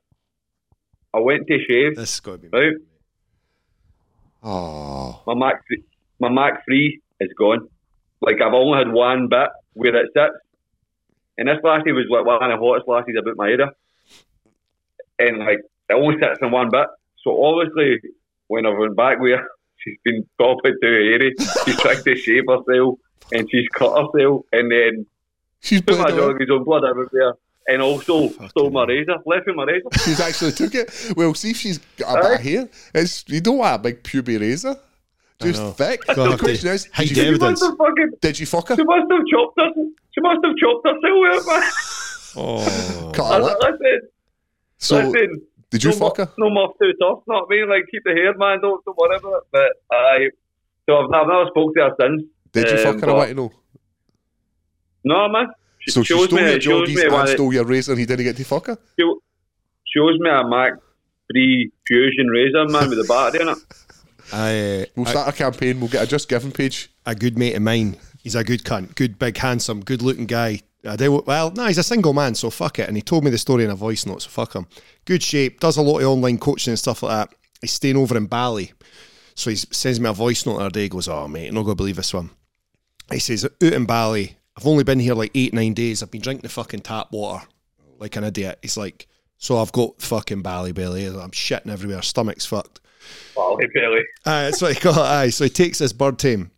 S4: I went to shave,
S3: This is going to be.
S4: right?
S2: Oh,
S4: My Mac, my Mac 3 is gone. Like, I've only had one bit where it sits. And this lassie was like one of the hottest lassies about my era. And, like, it only sits in one bit. So, obviously, when I went back with her, she's been talking to hairy. She's tried to shave herself and she's cut herself. And then
S2: she's
S4: Put my
S2: bled away.
S4: dog his own blood everywhere and also stole my
S3: hell.
S4: razor, left me my razor.
S2: She's actually took it. Well, see if she's got a bit of hair. It's you don't want a big pubic razor,
S3: know.
S2: just thick.
S3: Gonna
S2: The
S3: have to
S2: question is,
S3: hide
S2: did
S3: the
S2: you,
S4: She must
S3: evidence.
S4: have fucking,
S2: did you fuck her?
S4: she must have chopped her, she must have chopped herself out, man.
S3: Oh.
S2: Cut her lip.
S4: Listen,
S2: So,
S4: listen.
S2: did you
S4: no
S2: fuck
S4: more,
S2: her?
S4: No more too tough, not me. Like, keep the hair, man, don't, don't worry about it. But I, so I've, I've never spoke to her since.
S2: Did you
S4: Um,
S2: fuck her? I
S4: but-
S2: want to know.
S4: No, man. She
S2: So she
S4: shows
S2: stole
S4: me,
S2: your
S4: it shows me
S2: joggies
S4: one
S2: and
S4: of-
S2: stole your razor, and he didn't get to fuck her.
S4: show- shows me a Mac 3 Fusion razor, man, with a battery in it.
S3: I, uh,
S2: We'll start a campaign. We'll get a just given page.
S3: a good mate of mine. He's a good cunt, good, big, handsome, good looking guy. I do, well, no, he's a single man, so fuck it. And he told me the story in a voice note, so fuck him. Good shape, does a lot of online coaching and stuff like that. He's staying over in Bali. So he sends me a voice note the other day. He goes, Oh, mate, you're not going to believe this one. He says, Out in Bali, I've only been here like eight, nine days. I've been drinking the fucking tap water like an idiot. He's like, So I've got fucking Bali belly. I'm shitting everywhere. Stomach's fucked.
S4: Oh, belly.
S3: Aye, that's what he got. Aye, so he takes this bird team.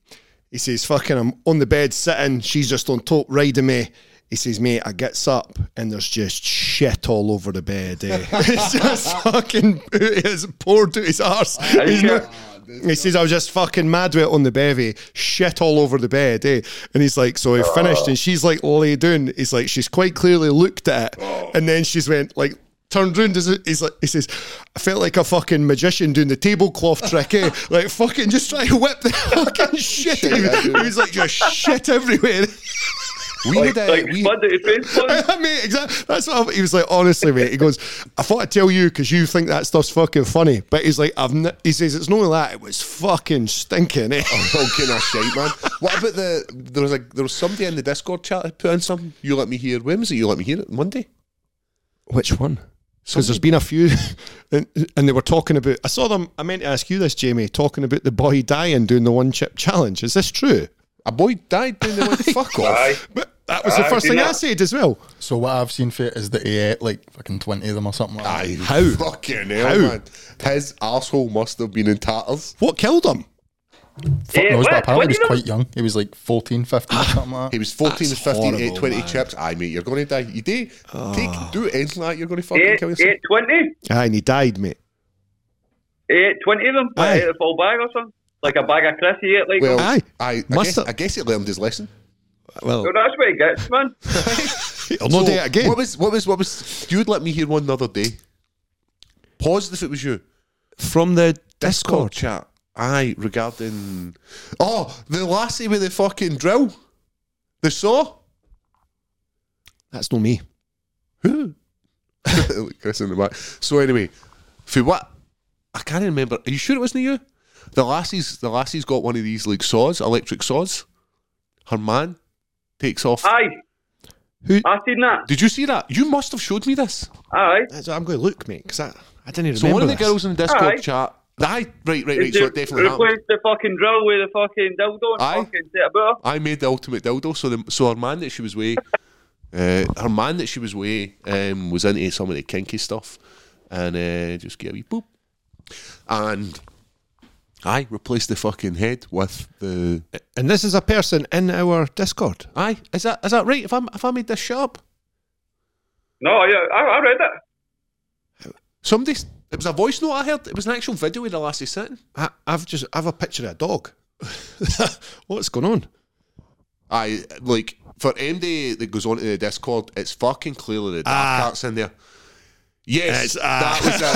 S3: He says, "Fucking, I'm on the bed sitting. She's just on top riding me." He says, "Mate, I gets up and there's just shit all over the bed. Eh? it's just fucking it's poured out his arse. He's
S4: sure?
S3: not- he says, "I was just fucking mad with it on the bevy, shit all over the bed." Eh? And he's like, "So he finished," and she's like, "Lay down." He's like, "She's quite clearly looked at it," and then she's went like turned round, does it- he's like, he says, I felt like a fucking magician doing the tablecloth trick, eh? Like fucking just try to whip the fucking shit. He was, he was like, just shit everywhere.
S2: We
S4: Like,
S2: had a
S4: like,
S2: we,
S4: spud at his face, man.
S3: mate, exactly. That's what I- he was like. Honestly, mate, he goes, I thought I'd tell you because you think that stuff's fucking funny, but he's like, I've. N-, he says it's not only that; it was fucking stinking. Eh?
S2: Oh, getting a shite, man. What about the there was a there was somebody in the Discord chat that put in something. You let me hear. When was it? You let me hear it Monday.
S3: Which one? Because there's been a few, and, and they were talking about. I saw them. I meant to ask you this, Jamie, talking about the boy dying doing the one chip challenge. Is this true?
S2: A boy died doing the one. Fuck off.
S4: Aye.
S3: But that was the
S4: Aye,
S3: first
S4: do
S3: thing I
S4: that.
S3: said as well.
S6: So what I've seen for it is that he ate like fucking twenty of them or something. Like that.
S2: Aye.
S3: How?
S2: Fucking hell,
S3: How?
S2: man. His asshole must have been in tatters.
S3: What killed him?
S6: Fuck
S4: Eh,
S6: knows,
S4: what-
S6: but apparently
S4: what
S6: he was
S4: do you
S6: quite young. He was like 14, 15 or something like
S2: He
S6: that.
S2: was 14
S3: That's
S2: and 15, ate
S3: horrible,
S2: 20
S3: man. Ah.
S2: chips. Aye, mate, you're going to die. You do, take, do anything like that, you're going to fucking
S4: Eight,
S2: kill yourself.
S4: eight Eh, twenty.
S3: Aye, and he died, mate.
S4: Eight Eh, twenty of them.
S3: Aye.
S4: Like, ate a full bag or something. Like a bag of crisps he ate. Like,
S2: Well,
S3: Aye.
S2: aye, I,
S3: Must
S2: guess,
S3: have-
S2: I guess he learned his lesson.
S3: Well,
S4: well, Oh, that's what he gets, man.
S3: he'll not do it again.
S2: What was, what was, what was, you would let me hear one the other day. Positive it was you.
S3: From the Oh,
S2: Discord chat. Aye, regarding, oh, the lassie with the fucking drill. The saw.
S3: That's not me.
S2: Who? Look, Chris in the back. So anyway, for what I can't remember. Are you sure it wasn't you? The lassie's the lassie's got one of these like saws, electric saws. Her man takes off.
S4: Aye.
S3: Who-
S4: I seen that.
S2: Did you see that? You must have showed me this.
S4: Aye.
S3: That's, I'm going to look, mate, because I, I didn't even
S2: So
S3: remember
S2: one of the
S3: this.
S2: girls in the Discord
S4: Aye.
S2: chat Aye, right, right, right. So it definitely happened.
S4: Replace the fucking drill with the fucking dildo and
S2: Aye.
S4: fucking set about.
S2: I made the ultimate dildo. So the so her man that she was with, uh, her man that she was with, um, was into some of the kinky stuff, and uh, just gave a wee boop, and I replaced the fucking head with the.
S3: And this is a person in our Discord.
S2: Aye, is that is that right? If I if I made this shit up,
S4: No, yeah, I, I read it.
S2: somebody. s- It was a voice note I heard. It was an actual video of the lassie sitting.
S3: I, I've just I have a picture of a dog. What's going on?
S2: I like for MD that goes on to the Discord, it's fucking clearly the dark
S3: Ah.
S2: arts in there. Yes,
S3: It's,
S2: that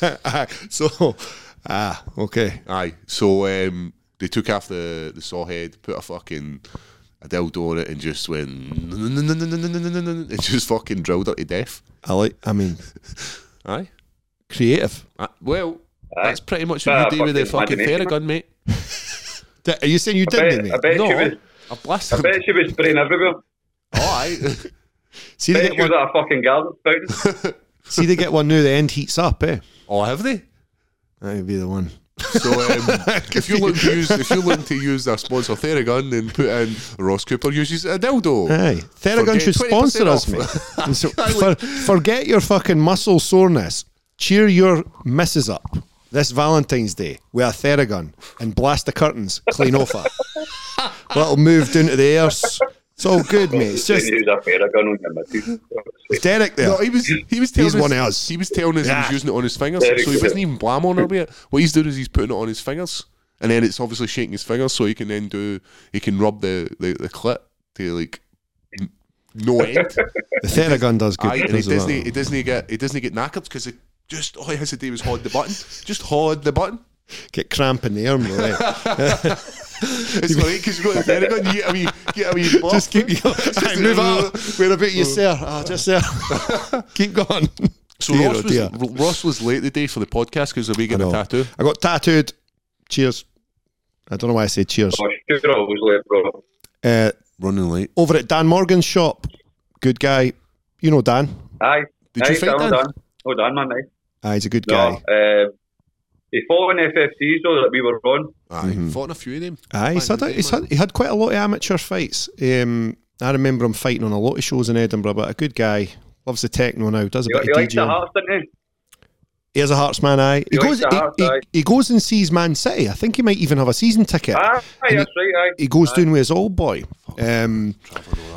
S3: ah.
S2: was it.
S3: Aye, so ah okay.
S2: Aye. So um, they took off the, the saw head, put a fucking a dildo on it, and just went and just fucking drilled her to death.
S3: I like. I mean,
S2: Aye.
S3: creative.
S2: Uh, well,
S4: Aye.
S2: that's pretty much what you do with a
S4: Fucking
S2: fucking
S4: imagination.
S2: Theragun, mate.
S3: D- Are you saying you
S4: I
S3: didn't?
S4: bet, I bet she
S2: No,
S4: was.
S2: I blasted.
S4: I bet she was spraying everywhere.
S2: Oh, Aye.
S3: see,
S4: I
S3: they
S4: bet
S3: get
S4: she was
S3: one,
S4: at a fucking garden fountain.
S3: see, they get one new. The end heats up. Eh,
S2: oh, have they?
S3: that would be the one.
S2: So um, if you're looking to use if you're looking to use our sponsor Theragun, then put in Ross Cooper uses a dildo.
S3: Aye, Theragun
S2: Forget-
S3: should
S2: 20%
S3: sponsor us, mate.
S2: off.
S3: And so, for, forget your fucking muscle soreness. Cheer your misses up this Valentine's Day with a Theragun and blast the curtains clean off it. Little move down to the air. It's all good, mate. It's just
S4: Didn't use a fair gun on your missus.
S3: Derek there.
S2: No, he was he was telling
S3: He's
S2: us,
S3: one of us.
S2: He was telling us he
S3: Yeah.
S2: was using it on his fingers,
S4: Very
S2: so he
S4: good.
S2: wasn't even blam on her with it. What he's doing is he's putting it on his fingers, and then it's obviously shaking his fingers, so he can then do he can rub the the, the clit to like n- no end.
S3: the Theragun does good.
S2: Aye, and he
S3: does a lot.
S2: doesn't he doesn't get he doesn't get knackered because it just all he has to do is hold the button, just hold the button.
S3: Get cramp in the arm, eh? right?
S2: It's great because you've got the Theragun, you get a wee get a wee bump.
S3: just keep going. Aye, move up. Where about you,
S2: Oh.
S3: sir? Ah, just there. keep going.
S2: So
S3: Dear,
S2: Ross
S3: oh
S2: was
S3: dear.
S2: Ross was late today for the podcast because of me
S3: I
S2: getting a
S3: know.
S2: tattoo.
S3: I got tattooed. Cheers. I don't know why I said cheers.
S4: Oh, sure, obviously, bro.
S3: Uh,
S2: Running late.
S3: over at Dan Morgan's shop. Good guy. You know Dan.
S4: Aye.
S2: Did
S4: aye,
S2: you fight
S4: well
S2: Dan?
S4: done. Well done, man. Aye.
S3: Ah, he's a good
S4: No,
S3: guy.
S4: um, he fought in FFCs though that we were on.
S2: Aye,
S3: Mm-hmm.
S2: fought in a few of them.
S3: Aye, he's had, he's had, he had quite a lot of amateur fights. Um, I remember him fighting on a lot of shows in Edinburgh, but a good guy. Loves the techno now. Does a
S4: He,
S3: bit
S4: he
S3: of
S4: likes the
S3: DJ.
S4: hearts, didn't he?
S3: He is a Hearts man. Aye, he,
S4: He likes
S3: goes.
S4: the
S3: He,
S4: Hearts,
S3: he-
S4: aye.
S3: he goes and sees Man City. I think he might even have a season ticket.
S4: Aye, aye
S3: And
S4: that's right. Aye.
S3: He goes down with his old boy. Um,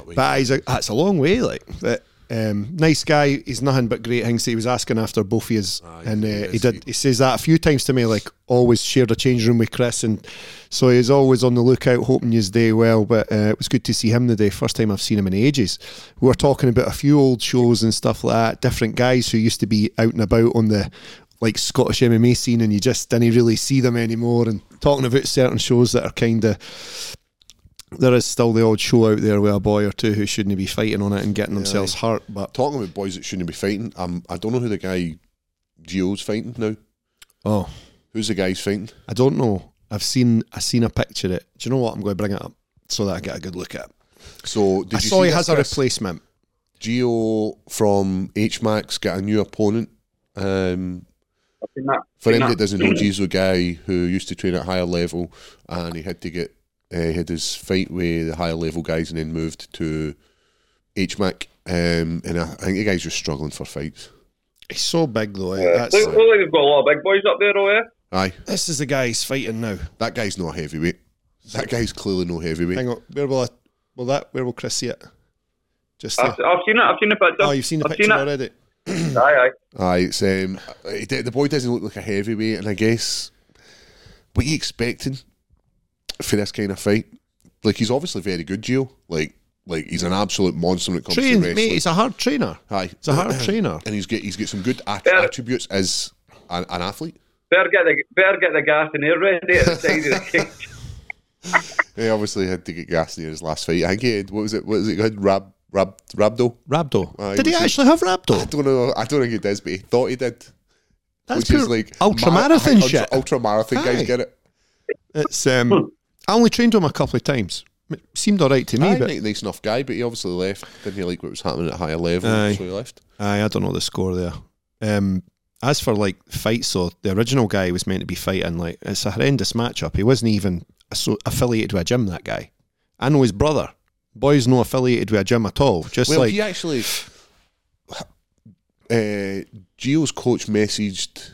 S3: but aye, he's a, that's a long way. Like, but, um, nice guy. He's nothing but great things. He was asking after both of us, and uh, he did. He says that a few times to me. Like, always shared a change room with Chris, and so he's always on the lookout, hoping his day well. But uh, it was good to see him today. First time I've seen him in ages. We were talking about a few old shows and stuff like that. Different guys who used to be out and about on the. Like Scottish MMA scene, and you just didn't really see them anymore. And talking about certain shows that are kind of there is still the odd show out there with a boy or two who shouldn't be fighting on it and getting themselves hurt. But
S2: talking about boys that shouldn't be fighting, um, I don't know who the guy Gio's fighting now.
S3: oh,
S2: Who's the guy's fighting?
S3: I don't know. I've seen I seen a picture of it. Do you know what? I'm going to bring it up so that I get a good look at. it.
S2: So did
S3: I
S2: you
S3: saw
S2: see
S3: he
S2: this,
S3: has a
S2: Chris?
S3: replacement.
S2: Gio from H Max got a new opponent. Um,
S4: I've seen that.
S2: for
S4: seen
S2: anyone that
S4: that.
S2: doesn't know, Gio's a guy who used to train at higher level, and he had to get uh, he had his fight with the higher level guys, and then moved to H Mac. Um, and I, I think the guy's just struggling for fights.
S3: He's so big though. eh?
S4: Yeah.
S3: That's,
S4: Look, look like they've got a lot of big boys up there, oh yeah.
S2: Aye,
S3: this is the guy he's fighting now.
S2: that guy's not a heavyweight. That guy's clearly no heavyweight.
S3: Hang on, where will I? Will that? Where will Chris see it? Just there.
S4: I've, I've seen it. I've seen the picture.
S3: oh, you've seen the
S4: Ah, I've
S3: picture
S4: seen it.
S3: already.
S4: Aye, aye.
S2: Aye, it's um, he did- the boy doesn't look like a heavyweight, and I guess what you expecting for this kind of fight? Like he's obviously very good, Gio. Like, like he's an absolute monster when it comes
S3: Trained,
S2: to wrestling.
S3: mate. He's a hard trainer.
S2: Aye,
S3: He's a hard trainer.
S2: and he's get he's got some good at-
S4: Yeah.
S2: attributes as an, an athlete.
S4: Better get the better get the gas in there ready at the side of the cage.
S2: He obviously had to get gas in his last fight. I think he had, what was it? What was it? He had Rab Rab Rabdo.
S3: Rabdo.
S2: Aye,
S3: did he
S2: was he-
S3: actually have
S2: I
S3: Rabdo?
S2: don't know. I don't think he does, but he thought he did.
S3: That's
S2: which
S3: pure
S2: is like
S3: ultra
S2: mar-
S3: marathon
S2: ultra-
S3: shit.
S2: Ultra marathon guys
S3: Aye.
S2: get it.
S3: It's
S2: Hmm.
S3: um, I only trained him a couple of times. It seemed all right to me,
S2: Aye,
S3: but
S2: like, nice enough guy, but he obviously left. Didn't he like what was happening at a higher level,
S3: Aye.
S2: so he left.
S3: aye, I don't know the score there. Um, as for like fights, though, the original guy was meant to be fighting like it's a horrendous matchup. He wasn't even asso- affiliated with a gym. That guy, I know his brother. Boy's no affiliated with a gym at all. Just
S2: well,
S3: like
S2: he actually, uh, Gio's coach messaged,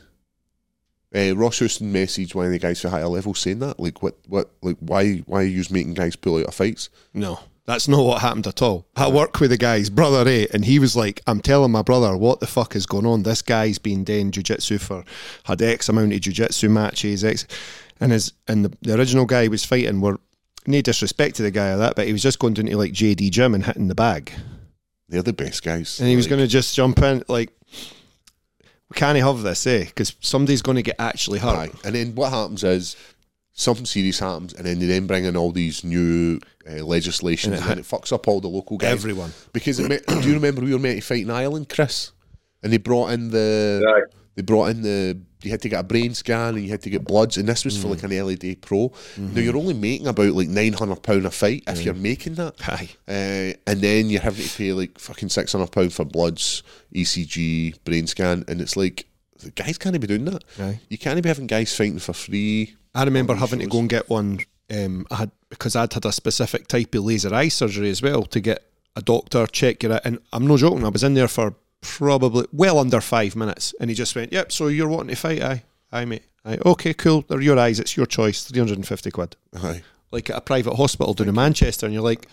S2: uh, Ross Houston messaged one of the guys for higher level saying that, like, what, what, like, why, why are you making guys pull out of fights?
S3: No, that's not what happened at all. I work with a guy's brother A, and he was like, I'm telling my brother, what the fuck is going on? This guy's been doing jujitsu for, had X amount of jujitsu matches, X. And his and the, the original guy he was fighting were, no disrespect to the guy or that, but he was just going into like JD Gym and hitting the bag.
S2: They're the best guys.
S3: And he was
S2: Like,
S3: going to just jump in, like, we can't have this, eh? Because somebody's going to get actually hurt.
S2: Aye. And then what happens is something serious happens, and then they then bring in all these new uh, legislations, and,
S3: And it
S2: then it fucks up all the local guys.
S3: Everyone.
S2: because it meant, do you remember we were meant to fight in Ireland, Chris? And they brought in the
S4: Aye.
S2: they brought in the you had to get a brain scan and you had to get bloods, and this was for like
S3: Mm.
S2: an early day pro.
S3: Mm-hmm.
S2: Now you're only making about like nine hundred pound a fight if you're making that.
S3: Aye.
S2: Uh, and then you're having to pay like fucking six hundred pound for bloods, ECG, brain scan, and it's like the guys can't be doing that.
S3: Aye.
S2: You can't be having guys fighting for free.
S3: I remember having to go and get one. Um, I had because I'd had a specific type of laser eye surgery as well to get a doctor check your eye. And I'm no joking. I was in there for probably well under five minutes, and he just went, "Yep, so you're wanting to fight, aye, aye, mate, aye, okay, cool. They're your eyes. It's your choice. Three hundred and fifty quid."
S2: Aye.
S3: Like at a private hospital down in Manchester, and you're like,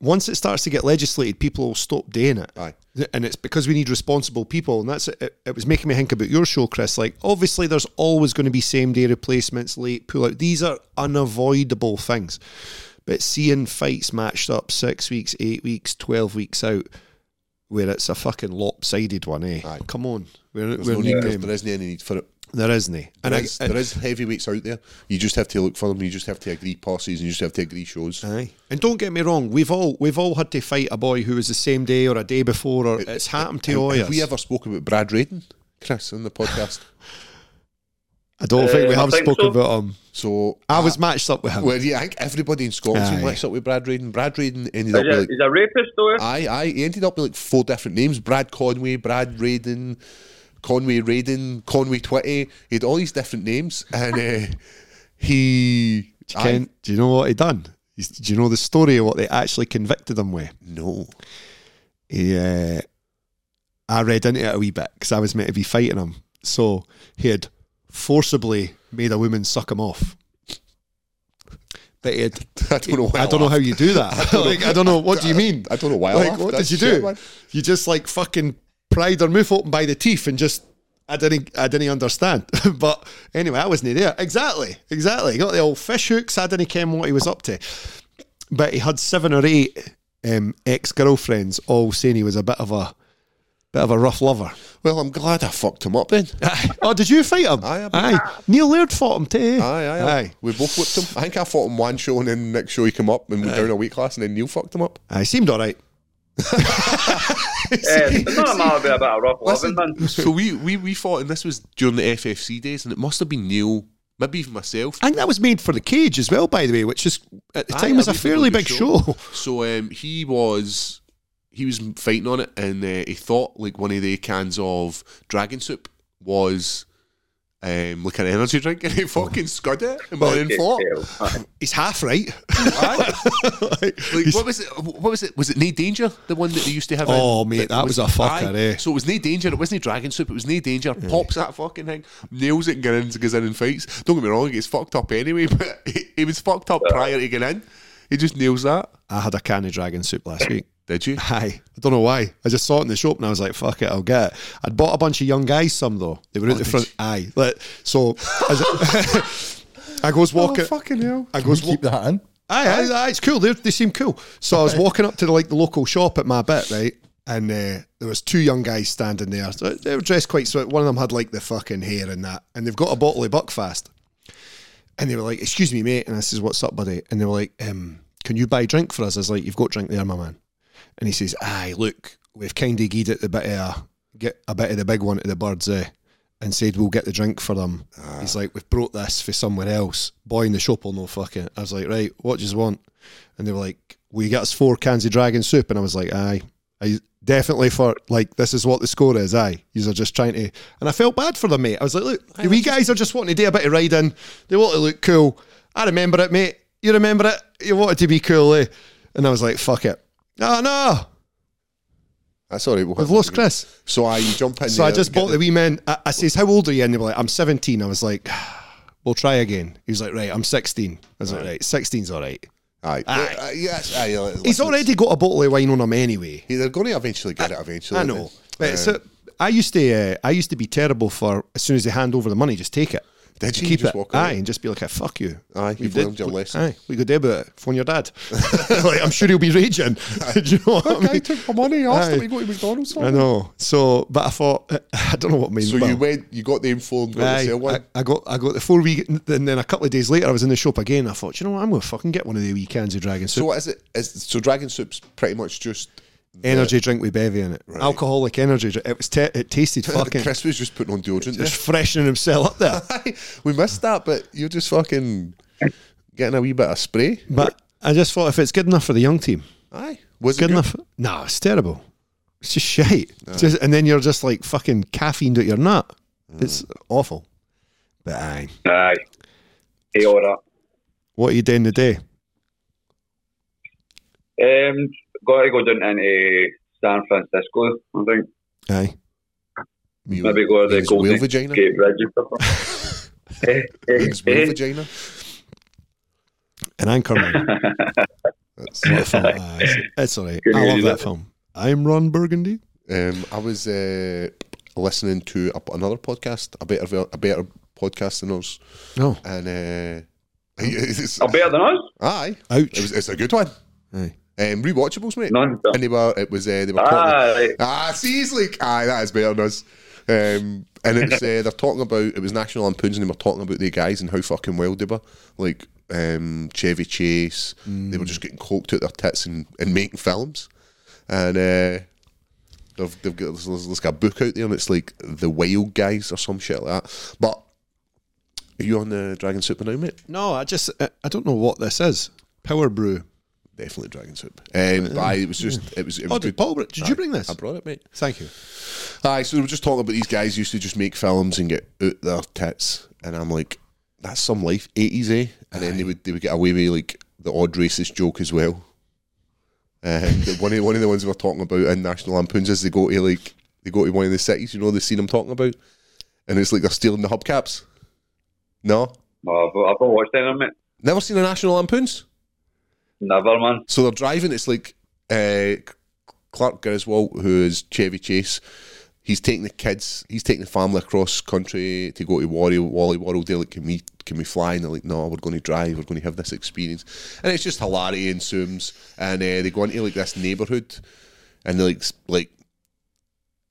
S3: once it starts to get legislated, people will stop doing it.
S2: Aye.
S3: And it's because we need responsible people. And that's it. It was making me think about your show, Chris. Like, obviously, there's always going to be same day replacements, late pull out. These are unavoidable things. But seeing fights matched up six weeks, eight weeks, 12 weeks out, where it's a fucking lopsided one, eh?
S2: Aye.
S3: Come on. We're,
S2: There's
S3: we're
S2: no need,
S3: in
S2: there's,
S3: game.
S2: there isn't any need for it.
S3: There isn't. eh? And
S2: There
S3: I-
S2: is, there is heavyweights out there. You just have to look for them. You just have to agree posses, and you just have to agree shows.
S3: Aye. And don't get me wrong, we've all we've all had to fight a boy who was the same day or a day before, or it's happened to all
S2: have, have
S3: us.
S2: we ever spoke about Brad Raden, Chris, on the podcast?
S3: I don't think we
S4: Uh, I
S3: have
S4: think
S3: spoken
S4: so.
S3: about um, him.
S2: So
S3: I was matched up with him.
S2: Well, yeah, I think everybody in Scotland's been
S3: Ah. Aye.
S2: mixed up with Brad Raden. Brad Raden ended
S4: He's
S2: up
S4: a,
S2: with like,
S4: he's a rapist, though.
S3: Ah,
S4: eh?
S2: aye, aye. He ended up with like four different names: Brad Conway, Brad Raden, Conway Raden, Conway Twitty. He had all these different names, and uh, he.
S3: do, you
S2: I
S3: ken- do you know what he done? He's- do you know the story of what they actually convicted him with?
S2: no.
S3: He, uh, I read into it a wee bit because I was meant to be fighting him. So he had forcibly made a woman suck him off. But he had,
S2: I don't know why
S3: I
S2: I
S3: don't know how you do that. I don't, I don't know. What do you mean?
S2: I don't know why I
S3: Like,
S2: laughed.
S3: what did
S2: That's
S3: you
S2: shit,
S3: do?
S2: man.
S3: you just like fucking pried her mouth open by the teeth and just. I didn't. I didn't understand. but anyway, I wasn't there. Exactly. Exactly. He got the old fish hooks. I didn't care what he was up to. But he had seven or eight um, ex girlfriends, all saying he was a bit of a bit of a rough lover.
S2: Well, I'm glad I fucked him up then.
S3: oh, did you fight him?
S2: Aye, I beat
S3: Neil Laird fought him too.
S2: Aye, aye, aye. We both whipped him. I think I fought him one show, and then the next show he came up and we were down a weight class, and then Neil fucked him up.
S3: Aye, seemed all right.
S4: Eh, it's not a matter of a bit of rough loving, man.
S2: so we, we we fought, and this was during the FFC days, and it must have been Neil, maybe even myself.
S3: I think that was made for the cage as well, by the way, which is at the
S2: Aye,
S3: time was a
S2: we did
S3: fairly
S2: do
S3: big show.
S2: So um, he was he was fighting on it, and uh, he thought like one of the cans of dragon soup was um, like an energy drink, and he fucking scud it and then fought.
S4: Aye.
S3: He's half right. Like,
S2: Like,
S3: he's-
S2: what was it? What was it? Was it No Danger? The one that they used to have.
S3: Oh,
S2: in-
S3: mate, that was a fucker,
S2: Aye.
S3: eh?
S2: So it was No Danger. It wasn't Dragon Soup. It was No Danger. Pops that fucking thing, nails it, and gets in, goes in and fights. Don't get me wrong, he gets fucked up anyway, but he, he was fucked up prior to getting in. He just nails that.
S3: I had a can of dragon soup last week.
S2: Did you?
S3: Aye. I don't know why. I just saw it in the shop and I was like, fuck it, I'll get it. I'd bought a bunch of young guys some though. They were out the front. Aye. Like, so as I, I goes walking.
S2: Oh, fucking hell.
S3: I
S6: Can we
S3: goes walk.
S6: keep that in?
S3: Aye, aye, aye, it's cool. They, they seem cool. So I was walking up to the, like the local shop at my bit, right? And uh, there was two young guys standing there. So they were dressed quite so. One of them had like the fucking hair and that, and they've got a bottle of Buckfast. And they were like, "Excuse me, mate," and I says, "What's up, buddy?" And they were like, um, "Can you buy a drink for us?" I was like, "You've got drink there, my man." And he says, "Aye, look, we've kind of geed it the bit of a, get a bit of the big one to the birds eh, and said we'll get the drink for them." He's like, "We've brought this for somewhere else. Boy in the shop will no fucking." I was like, "Right, what do you want?" And they were like, "Will you get us four cans of dragon soup?" And I was like, "Aye." I, definitely for like this is what the score is. Aye, you are just trying to, and I felt bad for them, mate. I was like, look, the wee guys are just wanting to do a bit of riding. They want to look cool. I remember it, mate. You remember it. You wanted to be cool, eh? And I was like, fuck it. Oh no,
S2: That's all right. We'll
S3: we've lost Chris.
S2: So I jump in.
S3: So I
S2: there,
S3: just
S2: get
S3: bought the wee men. I, I says, "How old are you?" And they were like, "I'm 17." I was like, "We'll try again." He was like, "Right, I'm 16." I was like, "Right, 16's all right."
S2: Aye.
S3: Aye.
S2: Uh, yes, aye, uh,
S3: He's
S2: listen,
S3: already got a bottle of wine on him anyway.
S2: They're going to eventually get it Um, eventually.
S3: I
S2: aren't
S3: know.
S2: they?
S3: But so I used to, uh, I used to be terrible for as soon as they hand over the money, just take it.
S2: Did you?
S3: keep
S2: Just
S3: it?
S2: walk away?
S3: aye, and just be like, "Ah, "Fuck you."
S2: Aye,
S3: We
S2: you've
S3: did-
S2: learned your
S3: we-
S2: lesson.
S3: Aye, we could do about it. Phone your dad. like, I'm sure he'll be raging. do you know what I mean?
S2: took my money.
S3: asked him Aye. to
S2: go to McDonald's
S3: I know. So, but I thought I don't know what means.
S2: So you went, you got the info and got
S3: Aye,
S2: to sell one.
S3: I, I got I got the four week, and then a couple of days later, I was in the shop again. I thought, you know what, I'm gonna fucking get one of the wee cans of dragon
S2: so
S3: soup,
S2: what is it? Is, so dragon soup's pretty much just.
S3: energy drink with bevy in it, alcoholic energy drink. It was te- it tasted fucking
S2: Chris was just putting on deodorant.
S3: just freshening himself up there.
S2: Aye, we missed that, but you're just fucking getting a wee bit of spray.
S3: But I just thought if it's good enough for the young team,
S2: Aye, was it
S3: good, enough. No, it's terrible. It's just shite. It's just, and then you're just like fucking caffeined out your nut. It's awful. But aye,
S4: Aye. Hey, all that.
S3: what are you doing today?
S4: Um, got to go down into San Francisco, I think.
S3: Aye,
S2: Meals-
S4: Maybe go to the
S2: meals whale
S4: Golden
S2: vagina.
S4: Gate Eh, Bridge or something.
S2: Meals whale vagina.
S3: an anchor man.
S2: That's,
S3: Aye, it's, it's all right.
S4: Good
S3: I
S4: news,
S3: love
S4: isn't
S3: that
S4: it?
S3: film. I'm Ron Burgundy.
S2: um, I was uh, listening to a, another podcast, a better, ver- a better podcast than ours,
S3: No.
S2: and uh, it's,
S4: Are Oh, better than us?
S2: aye,
S3: Ouch.
S2: it was, it's a good one.
S3: Aye.
S2: Um, rewatchables, mate.
S4: None.
S2: And they were, it was, uh, they were talking,
S4: Ah, right.
S2: Ah, see, he's like, aye, that is better than us. Um, and it's uh, they're talking about it was National Lampoons, and they were talking about the guys and how fucking wild they were. Like um, Chevy Chase, they were just getting coked out their tits and, and making films. And uh, they've, they've got there's, there's like a book out there, and it's like the Wild Guys or some shit like that. But are you on the Dragon Soup now, mate?
S3: No, I just I, I don't know what this is. Power Brew.
S2: Definitely Dragon Soup. Um, but aye, it was just it was. It was
S3: Oh, did
S2: good.
S3: Paul? br- Did you bring this?
S2: I brought it, mate.
S3: Thank you.
S2: Aye, so we were just talking about these guys used to just make films and get out their tits, and I'm like, that's some life, eighties, eh? And then they would they would get away with like the odd racist joke as well. Um, but one of one of the ones we were talking about in National Lampoons is they go to like they go to one of the cities, you know, the scene I'm talking about, and it's like they're stealing the hubcaps. No,
S4: No, Oh, I've, I've not watched any of it.
S2: never seen a National Lampoons.
S4: Never, man.
S2: So they're driving. It's like uh, Clark Griswold, who is Chevy Chase. He's taking the kids. He's taking the family across country to go to Wally Wally World. They're like, can we can we fly? And they're like, no, we're going to drive. We're going to have this experience. And it's just hilarity ensues. And uh, they go into like this neighborhood, and they're like s- like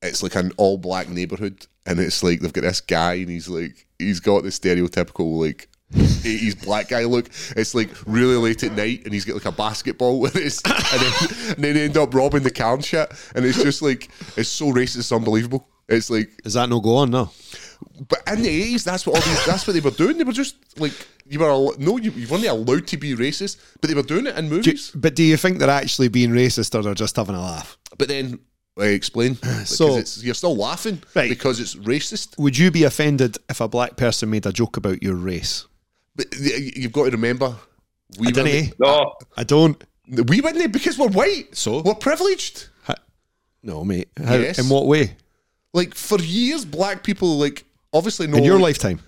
S2: it's like an all black neighborhood, and it's like they've got this guy, and he's like he's got the stereotypical like. 80s black guy look. It's like really late at night, and he's got like a basketball with his, and then, and then they end up robbing the car and shit. And it's just like it's so racist, it's unbelievable. It's like,
S3: Does that no go on? No.
S2: but in the eighties, that's what all these, that's what they were doing. They were just like you were al- no, you, you weren't allowed to be racist, but they were doing it in movies.
S3: But do you think they're actually being racist or they're just having a laugh?
S2: but then I explain
S3: So-
S2: because it's, you're still laughing
S3: Right.
S2: because it's racist.
S3: Would you be offended if a black person made a joke about your race?
S2: But y- you've got to remember, we
S3: I eh? don't.
S2: were
S4: No,
S3: I don't.
S2: we were there because we're white,
S3: So?
S2: we're privileged.
S3: No, mate. How,
S2: Yes.
S3: In what way?
S2: Like for years, black people like obviously no.
S3: In your lifetime?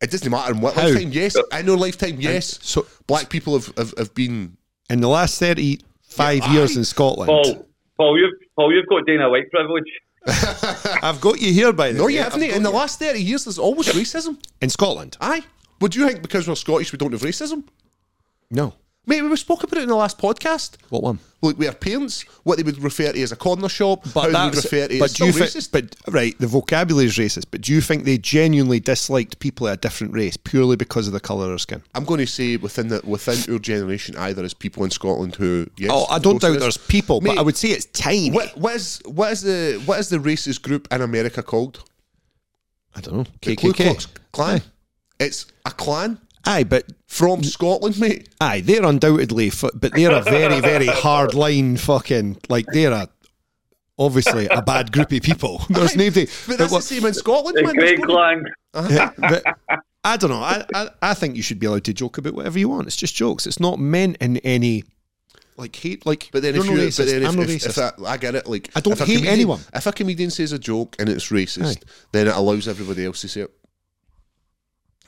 S2: it doesn't matter in what
S3: How?
S2: lifetime. Yes, in your lifetime, yes.
S3: so-
S2: black people have have, have been.
S3: In the last thirty-five
S2: Yeah,
S3: years
S2: aye.
S3: in Scotland,
S4: Paul. Paul, you've Paul, you've got Dana White privilege.
S3: I've got you here by the
S2: No,
S3: way.
S2: you Oh, haven't. In the last thirty years, there's always racism.
S3: in Scotland.
S2: Aye. Would you think because we're Scottish, we don't have racism?
S3: No,
S2: Mate, we spoke about it in the last podcast.
S3: what one?
S2: Like with our parents, what they would refer to as a corner shop, how
S3: But
S2: they would
S3: that's
S2: refer to it
S3: but
S2: as
S3: do you
S2: still
S3: think?
S2: racist.
S3: But right, the vocabulary is racist. But do you think they genuinely disliked people of a different race purely because of the colour of their skin?
S2: I'm going to say within the, within your generation, either as people in Scotland who yes,
S3: Oh, I
S2: of
S3: don't
S2: course there
S3: doubt
S2: is.
S3: there's people,
S2: Mate,
S3: but I would say it's tiny.
S2: What, what is what is the what is the racist group in America called?
S3: I don't know.
S2: The Ku Klux
S3: KKK.
S2: Klan. It's a clan
S3: Aye, but
S2: from Scotland, mate.
S3: aye, they're undoubtedly, fu- but they're a very, very hard line fucking like they're a obviously a bad group of people. There's nobody.
S2: But that's
S3: well,
S2: the same in Scotland,
S4: The
S2: man.
S4: Greg
S2: There's no-
S4: Lang.
S3: yeah, but I don't know. I, I I think you should be allowed to joke about whatever you want. It's just jokes. It's not meant in any like hate. Like,
S2: But then
S3: you're
S2: if
S3: no
S2: you,
S3: racist,
S2: but then if,
S3: I'm no
S2: if,
S3: racist.
S2: if that, I get it. Like
S3: I don't
S2: if a
S3: hate
S2: comedian-
S3: anyone.
S2: If a comedian says a joke and it's racist, then it allows everybody else to say it.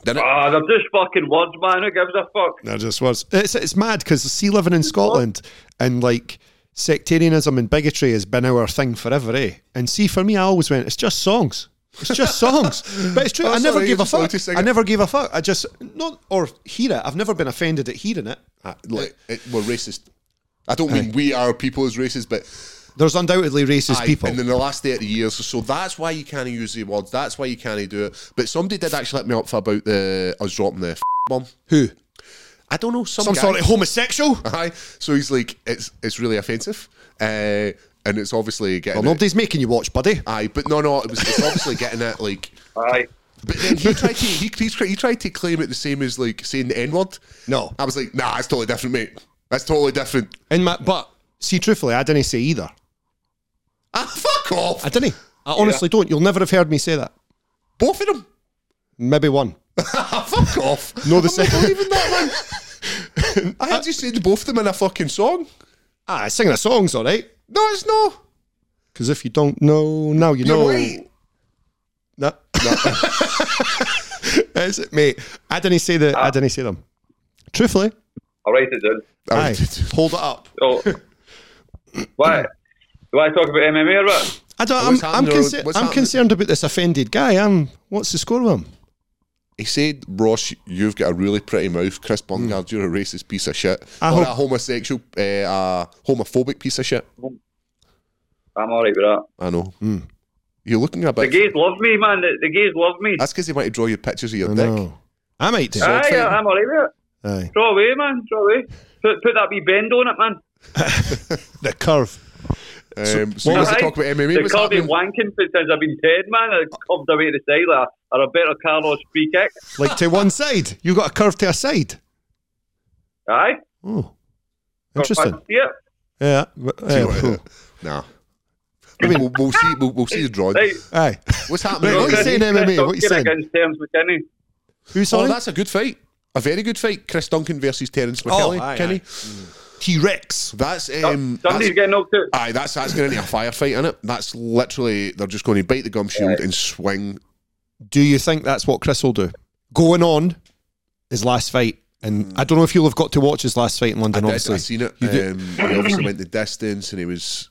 S2: Then it,
S4: Ah, they're just fucking words, man. Who gives a fuck?
S3: That just was. It's, it's mad because see, living in Scotland and like sectarianism and bigotry has been our thing forever, eh? And see, for me, I always went, it's just songs. It's just songs. but it's true.
S2: Oh,
S3: I never
S2: sorry,
S3: gave
S2: I
S3: a
S2: just wanted
S3: fuck.
S2: to sing
S3: I
S2: it.
S3: never gave a fuck. I just, not, or hear it. I've never been offended at hearing it.
S2: I- Uh, like, it, we're racist. I don't mean we are people as racist, but
S3: There's undoubtedly racist
S2: aye,
S3: people.
S2: And in the last 30 years, so that's why you can't use the words, that's why you can't do it. But somebody did actually let me up for about the us dropping the f- bomb.
S3: Who?
S2: I don't know, some, Uh,
S3: Some
S2: guy-
S3: sort of homosexual?
S2: Aye. So he's like, it's it's really offensive. Uh, and it's obviously getting.
S3: Well, nobody's making you watch, buddy.
S2: Aye, but no, no, it was it's obviously getting at like.
S4: Aye.
S2: But then he tried to he, he's, he tried to claim it the same as like saying the N word.
S3: No.
S2: I was like, nah, that's totally different, mate. That's totally different.
S3: In my, but see, truthfully, I didn't say either.
S2: Ah, fuck off.
S3: I didn't. I honestly don't. You'll never have heard me say that.
S2: Both of them.
S3: Maybe one.
S2: Ah, fuck off.
S3: No, the
S2: I'm not
S3: second-
S2: believing that one. I had you said both of them in a fucking song.
S3: Ah, singing a song's all right.
S2: No, it's no.
S3: Because if you don't know, now you know.
S2: You're right.
S3: No. Is it, mate? I didn't say that.
S2: Ah.
S3: I didn't say them. Truthfully,
S4: I'll write it down.
S3: aye. Hold it up.
S4: Oh. what? Do I talk about MMA or what?
S3: I don't,
S2: What's
S3: I'm, I'm,
S2: happening,
S3: concer-
S2: what's
S3: I'm
S2: happening?
S3: concerned about this offended guy. I'm. What's the score with him?
S2: He said, Ross, you've got a really pretty mouth. Chris Bungard, you're a racist piece of shit.
S3: Hmm. I
S2: or
S3: hope-
S2: a homosexual, uh, a homophobic piece of shit.
S4: I'm alright with that.
S2: I know.
S3: Hmm.
S2: You're looking a
S4: The
S2: bit.
S4: gays love me, man. The, the gays love me.
S2: That's because they want to draw you pictures of your
S3: I
S2: dick.
S3: know. I might.
S2: Uh,
S3: do.
S4: Aye, I- I'm alright with it.
S3: Aye.
S4: Draw away, man. Draw away. Put, put that wee bend on it, man.
S3: The curve.
S2: Um, so
S3: what
S2: you
S3: was
S2: want to
S4: Aye.
S2: talk about MMA?
S4: They
S2: What's
S4: call me
S2: happening?
S4: wanking since I've been dead, man. I curved away to the side like a Roberto Carlos free kick.
S3: Like to one side. You got a curve to a side.
S4: Aye.
S3: Oh,
S4: Got
S3: interesting.
S4: back to it.
S3: Yeah. w-
S2: See
S3: yeah,
S2: what-
S3: cool.
S2: Nah. We'll, we'll see. We'll, we'll see the drawing.
S4: Right.
S3: Aye.
S2: What's happening?
S3: Right, what
S2: What
S3: are you
S2: is it?
S3: saying, MMA? What are
S4: Duncan
S3: you saying?
S4: Against Terence McKinney.
S3: Who's
S2: Oh,
S3: on?
S2: that's a good fight. A very good fight. Chris Duncan versus Terence
S3: Oh,
S2: McKinney.
S3: aye,
S2: Kenny.
S3: aye. T Rex.
S2: That's um.
S4: Somebody's
S2: that's-
S4: getting knocked out.
S2: Aye, that's that's going into a firefight, is it? That's literally they're just going to bite the gum shield and swing.
S3: Do you think that's what Chris will do? Going on his last fight, and I don't know if you'll have got to watch his last fight in
S2: I did,
S3: London. obviously,
S2: I seen it.
S3: You did.
S2: Um, he obviously went the distance, and he was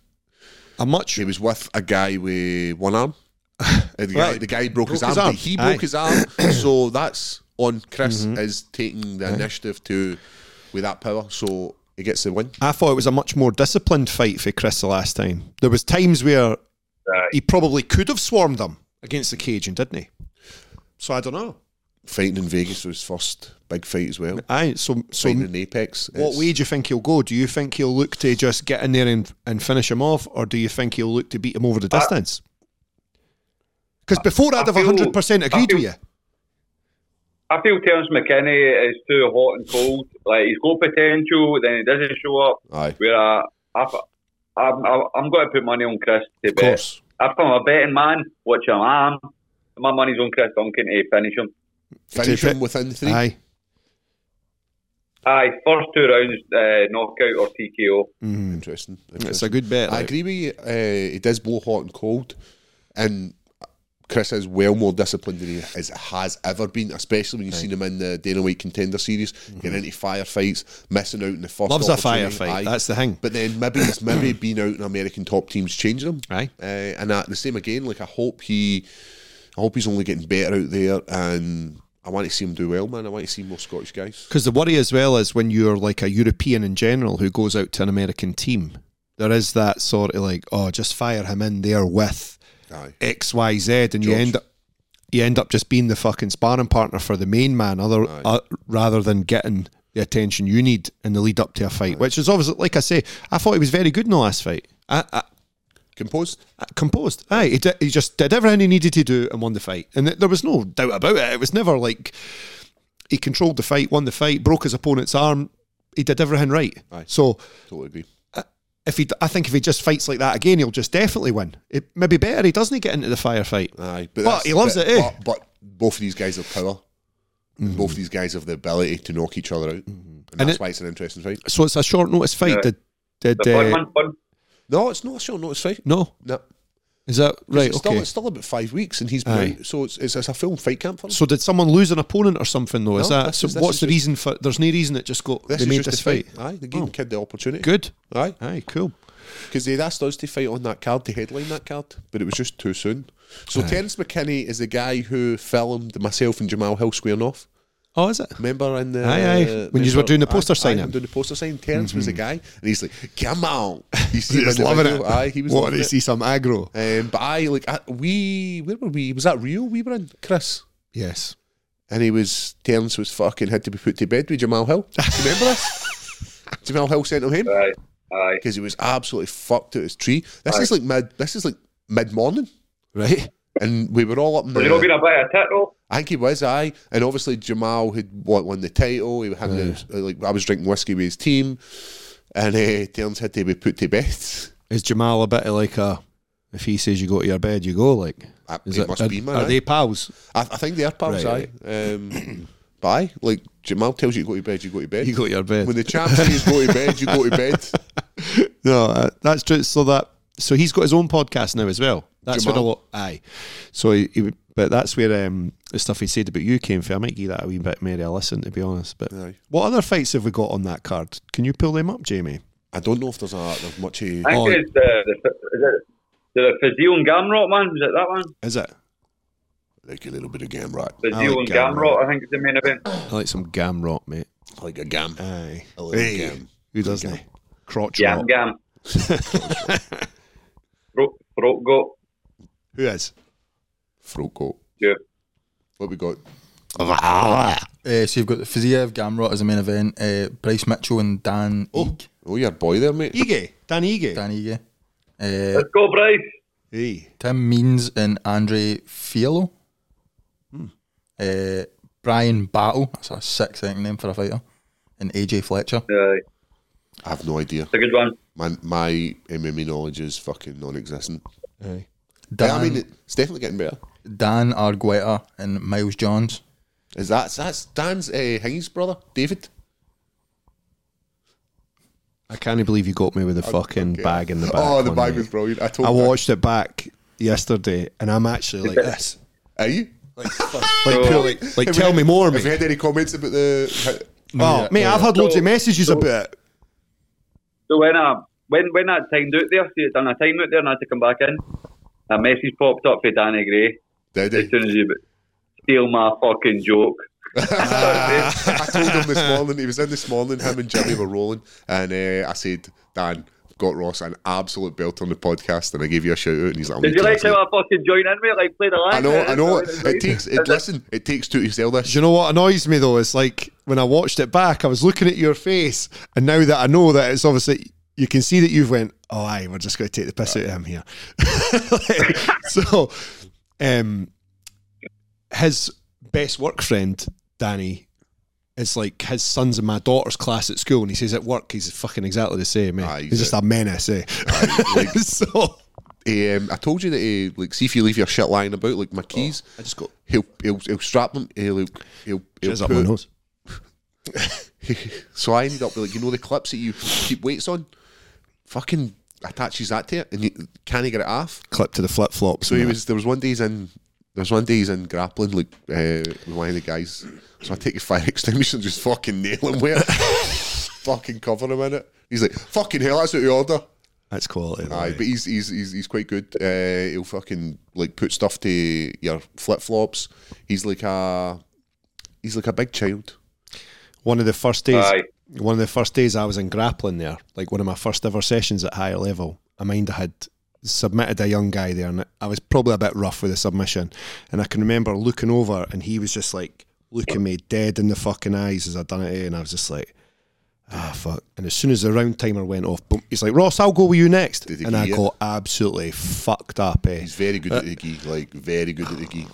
S3: a much.
S2: he was with a guy with one arm. And the, guy,
S3: Right.
S2: the guy broke, his,
S3: Broke his
S2: arm.
S3: arm.
S2: He
S3: Aye. Mm-hmm.
S2: broke his arm, so that's on Chris is taking the initiative to with that power, so he gets the win.
S3: I thought it was a much more disciplined fight for Chris the last time. There was times where
S4: Aye.
S3: he probably could have swarmed him against the cage, and didn't he? So I don't know.
S2: Fighting in Vegas was his first big fight as well.
S3: Aye. So so.
S2: Fighting in Apex.
S3: What
S2: it's-
S3: way do you think he'll go? Do you think he'll look to just get in there and, and finish him off, or do you think he'll look to beat him over the distance? Because before I'd have
S4: feel-
S3: 100% agreed
S4: I
S3: with
S4: feel-
S3: you.
S4: I feel Terence McKinney is too hot and cold. Like he's got potential, then he doesn't show up.
S2: Aye.
S4: Where I, I, I'm, I'm going to put money on Chris to
S2: Of
S4: bet.
S2: course.
S4: If I'm a betting man, which I am, my money's on Chris Duncan to finish him.
S2: Finish
S3: Take
S2: him
S3: it.
S2: within three.
S3: Aye.
S4: Aye, first two rounds, uh, knockout or TKO.
S2: Interesting.
S3: It's
S2: interesting.
S3: a good bet.
S2: I
S3: like.
S2: agree with you. Uh, it does blow hot and cold, and Chris is well more disciplined than he is, has ever been, especially when you've seen him in the Dana White Contender Series, getting into firefights, missing out in the first.
S3: Mm-hmm. Loves a
S2: opportunity.
S3: firefight,
S2: Aye.
S3: that's the thing.
S2: But then maybe it's maybe being out in American top teams changing him.
S3: Aye.
S2: Uh, and that, the same again. Like I hope he, I hope he's only getting better out there, and I want to see him do well, man. I want to see more Scottish guys.
S3: Because the worry as well is when you're like a European in general who goes out to an American team, there is that sort of like, oh, just fire him in there with
S2: Aye.
S3: X, Y, Z, and you
S2: George.
S3: end up you end up just being the fucking sparring partner for the main man, other uh, rather than getting the attention you need in the lead up to a fight. Which is obviously, like I say, I thought he was very good in the last fight. I, I,
S2: Composed.
S3: composed. Aye, he, di- he just did everything he needed to do and won the fight. And th- there was no doubt about it. It was never like he controlled the fight, won the fight, broke his opponent's arm. He did everything right.
S2: Aye.
S3: So
S2: Totally agree.
S3: if he, I think if he just fights like that again, he'll just definitely win. It maybe better he doesn't get into the firefight.
S2: Aye,
S3: But
S2: that's-
S3: he loves it, eh? Mm-hmm.
S2: But, but both of these guys have power. And Both of these guys have the ability to knock each other out, and that's
S3: it-
S2: why it's an interesting fight.
S3: So it's a short notice fight.
S4: Yeah.
S3: Did did
S4: The fun
S3: uh,
S4: one, fun.
S2: No, it's not a short notice fight.
S3: no?
S2: No,
S3: Is that right?
S2: it's, still,
S3: Okay.
S2: it's still about five weeks, and he's
S3: Aye.
S2: been out, so it's, it's it's a film fight camp for him.
S3: So did someone lose an opponent or something though? Is
S2: No,
S3: that
S2: this
S3: so?
S2: is- this
S3: what's
S2: is
S3: the
S2: just-
S3: reason for? There's no reason it just got
S2: this
S3: they
S2: is
S3: made
S2: just
S3: this
S2: the fight.
S3: fight. Oh.
S2: Aye, they gave the kid the opportunity.
S3: Good.
S2: Aye,
S3: Aye, cool.
S2: because they'd asked us to fight on that card to headline that card, but it was just too soon. So Terence McKinney is the guy who filmed myself and Jamal Hill squaring off.
S3: Oh, is it?
S2: Remember in the
S3: Aye, aye. When yous
S2: remember-
S3: were doing the
S2: aye,
S3: poster
S2: aye,
S3: signing. Mm-hmm.
S2: when doing the poster sign. Terence was the guy, and he's like, "Come on!" You see him in the video. Aye, he was
S3: What
S2: loving
S3: did he
S2: it.
S3: see some aggro?
S2: Um, but I like I, we where were we? Was that real? We were in Chris,
S3: Yes.
S2: and he was Terence was fucking had to be put to bed with Jamal Hill. Do you remember this? Jamal Hill sent him home
S4: Aye, aye.
S2: because he was absolutely fucked out his tree. This is like mid. This is like mid morning,
S3: Right.
S2: and we were all up in
S4: Was it not
S2: the.
S4: been a bit of a tit roll?
S2: I think he was I, and obviously Jamal had won, won the title. He had the, like I was drinking whiskey with his team, and uh, Terence had to be put to bed.
S3: Is Jamal a bit of like a? If he says you go to your bed, you go. Like,
S2: I,
S3: is
S2: it
S3: it-
S2: must
S3: are,
S2: be man.
S3: are
S2: aye.
S3: they pals?
S2: I, I think they are pals.
S3: Right,
S2: aye. Um, but aye, like Jamal tells you to go to bed, you go to bed.
S3: You go to your bed.
S2: when the champ says go to bed, you go to bed.
S3: No, uh, that's true. So that so he's got his own podcast now as well. That's what a
S2: Jamal.
S3: lot. Aye. So he, he, would- but that's where um, the stuff he said about you came from. I might give that a wee bit Mary a listen to be honest. But
S2: Aye.
S3: what other fights have we got on that card? Can you pull them up, Jamie?
S2: I don't know if there's a there's much. Of,
S4: I think
S3: Oh.
S4: it's the, the, is it the Fazil and Gamrot, man. Was it that one?
S3: Is it?
S2: like a little bit of gam right,
S4: Fazil
S3: like
S4: and
S3: Gamrot.
S4: Gamrot, I think is the main event.
S3: I like some gam rock, mate.
S2: like a gam,
S3: Aye.
S2: a little
S3: Hey,
S2: gam.
S3: Who doesn't? he? Crotch
S4: Gam
S3: rock.
S4: Gam. Throat, throat goat.
S3: Who is?
S2: Throat coat.
S4: Yeah.
S2: What we got?
S6: Uh, so you've got Fiziev, Gamrot as a main event, uh, Bryce Mitchell and Dan Eag.
S2: Oh, your boy there, mate.
S3: Ige. Dan Ige.
S6: Dan Eag. Uh,
S4: Let's go, Bryce.
S3: Hey.
S6: Tim Means and Andre Fiello. Uh, Brian Battle, that's a sick second name for a fighter. And AJ Fletcher.
S4: Aye,
S2: I have no idea.
S4: it's a good one.
S2: My my MMA knowledge is fucking non-existent.
S6: Dan,
S2: I mean, it's definitely getting better.
S6: Dan Argueta and Miles Johns.
S2: Is that that's Dan's uh, Hingy's brother, David?
S3: I can't believe you got me with the fucking
S2: okay.
S3: bag in the back.
S2: oh, the
S3: one,
S2: bag
S3: mate.
S2: was brilliant. I told.
S3: I
S2: Dick.
S3: watched it back yesterday, and I'm actually like this.
S2: Are you?
S3: Like,
S4: So-
S3: purely, like
S2: Have we
S3: tell
S2: had-
S3: me more,
S2: Have
S3: mate.
S2: you had any comments about the?
S3: Oh, mate, I've had loads
S4: So-
S3: of messages
S4: so-
S3: about it.
S4: So when I when when I timed out there, see, done a time out there, and I had to come back in. A message popped up for Danny Gray
S2: Did
S4: as
S2: he?
S4: soon as you steal my fucking joke.
S2: I told him this morning. He was in this morning. Him and Jimmy were rolling, and uh, I said, "Dan, I've got Ross an absolute belt on the podcast," and I gave you a shout out, and he's like, "I'm
S4: Did you
S2: gonna
S4: like
S2: do it."
S4: how I fucking joined in, mate? Like played along.
S2: I know, I know. It takes. It, listen, it takes two to sell
S3: Do
S2: this.
S3: you know what annoys me though? It's like when I watched it back, I was looking at your face, and now that I know that it's obviously you can see that you've went, oh, aye, we're just going to take the piss out of him here. so, um, his best work friend Danny is like his son's in my daughter's class at school, and he says at work he's fucking exactly the same. Eh?
S2: Aye,
S3: he's
S2: he's
S3: just
S2: a-
S3: a menace. Eh?
S2: like-
S3: so
S2: He, um, I told you that. He, like, see if you leave your shit lying about, like my keys.
S3: Oh,
S2: I just got. He'll he'll, he'll strap them. He'll he'll, he'll, he'll
S3: Cheers up my
S2: put-
S3: nose.
S2: so I ended up with like you know the clips that you keep weights on. Fucking attaches that to it, and you can't get it off.
S3: clip to the flip flops.
S2: So he was there was one day he's in there was one day he's in grappling like uh, with one of the guys. So I take a fire extinguisher and just fucking nail him with it. fucking cover him in it. He's like, fucking hell, that's out of order.
S3: that's quality. though,
S2: Aye,
S3: eh?
S2: but he's he's he's, he's quite good. Uh, he'll fucking like put stuff to your flip flops. He's like a he's like a big child.
S3: one of the first days
S4: Aye.
S3: one of the first days I was in grappling there, like one of my first ever sessions at higher level, I mind I had submitted a young guy there and I was probably a bit rough with the submission. And I can remember looking over and he was just like looking me dead in the fucking eyes as I done it eh, and I was just like Ah fuck! And as soon as the round timer went off, boom, he's like, "Ross, I'll go with you next."
S2: Did he
S3: And I
S2: get you?
S3: got absolutely fucked up. Eh?
S2: He's very good at the gi, like very good at the gi.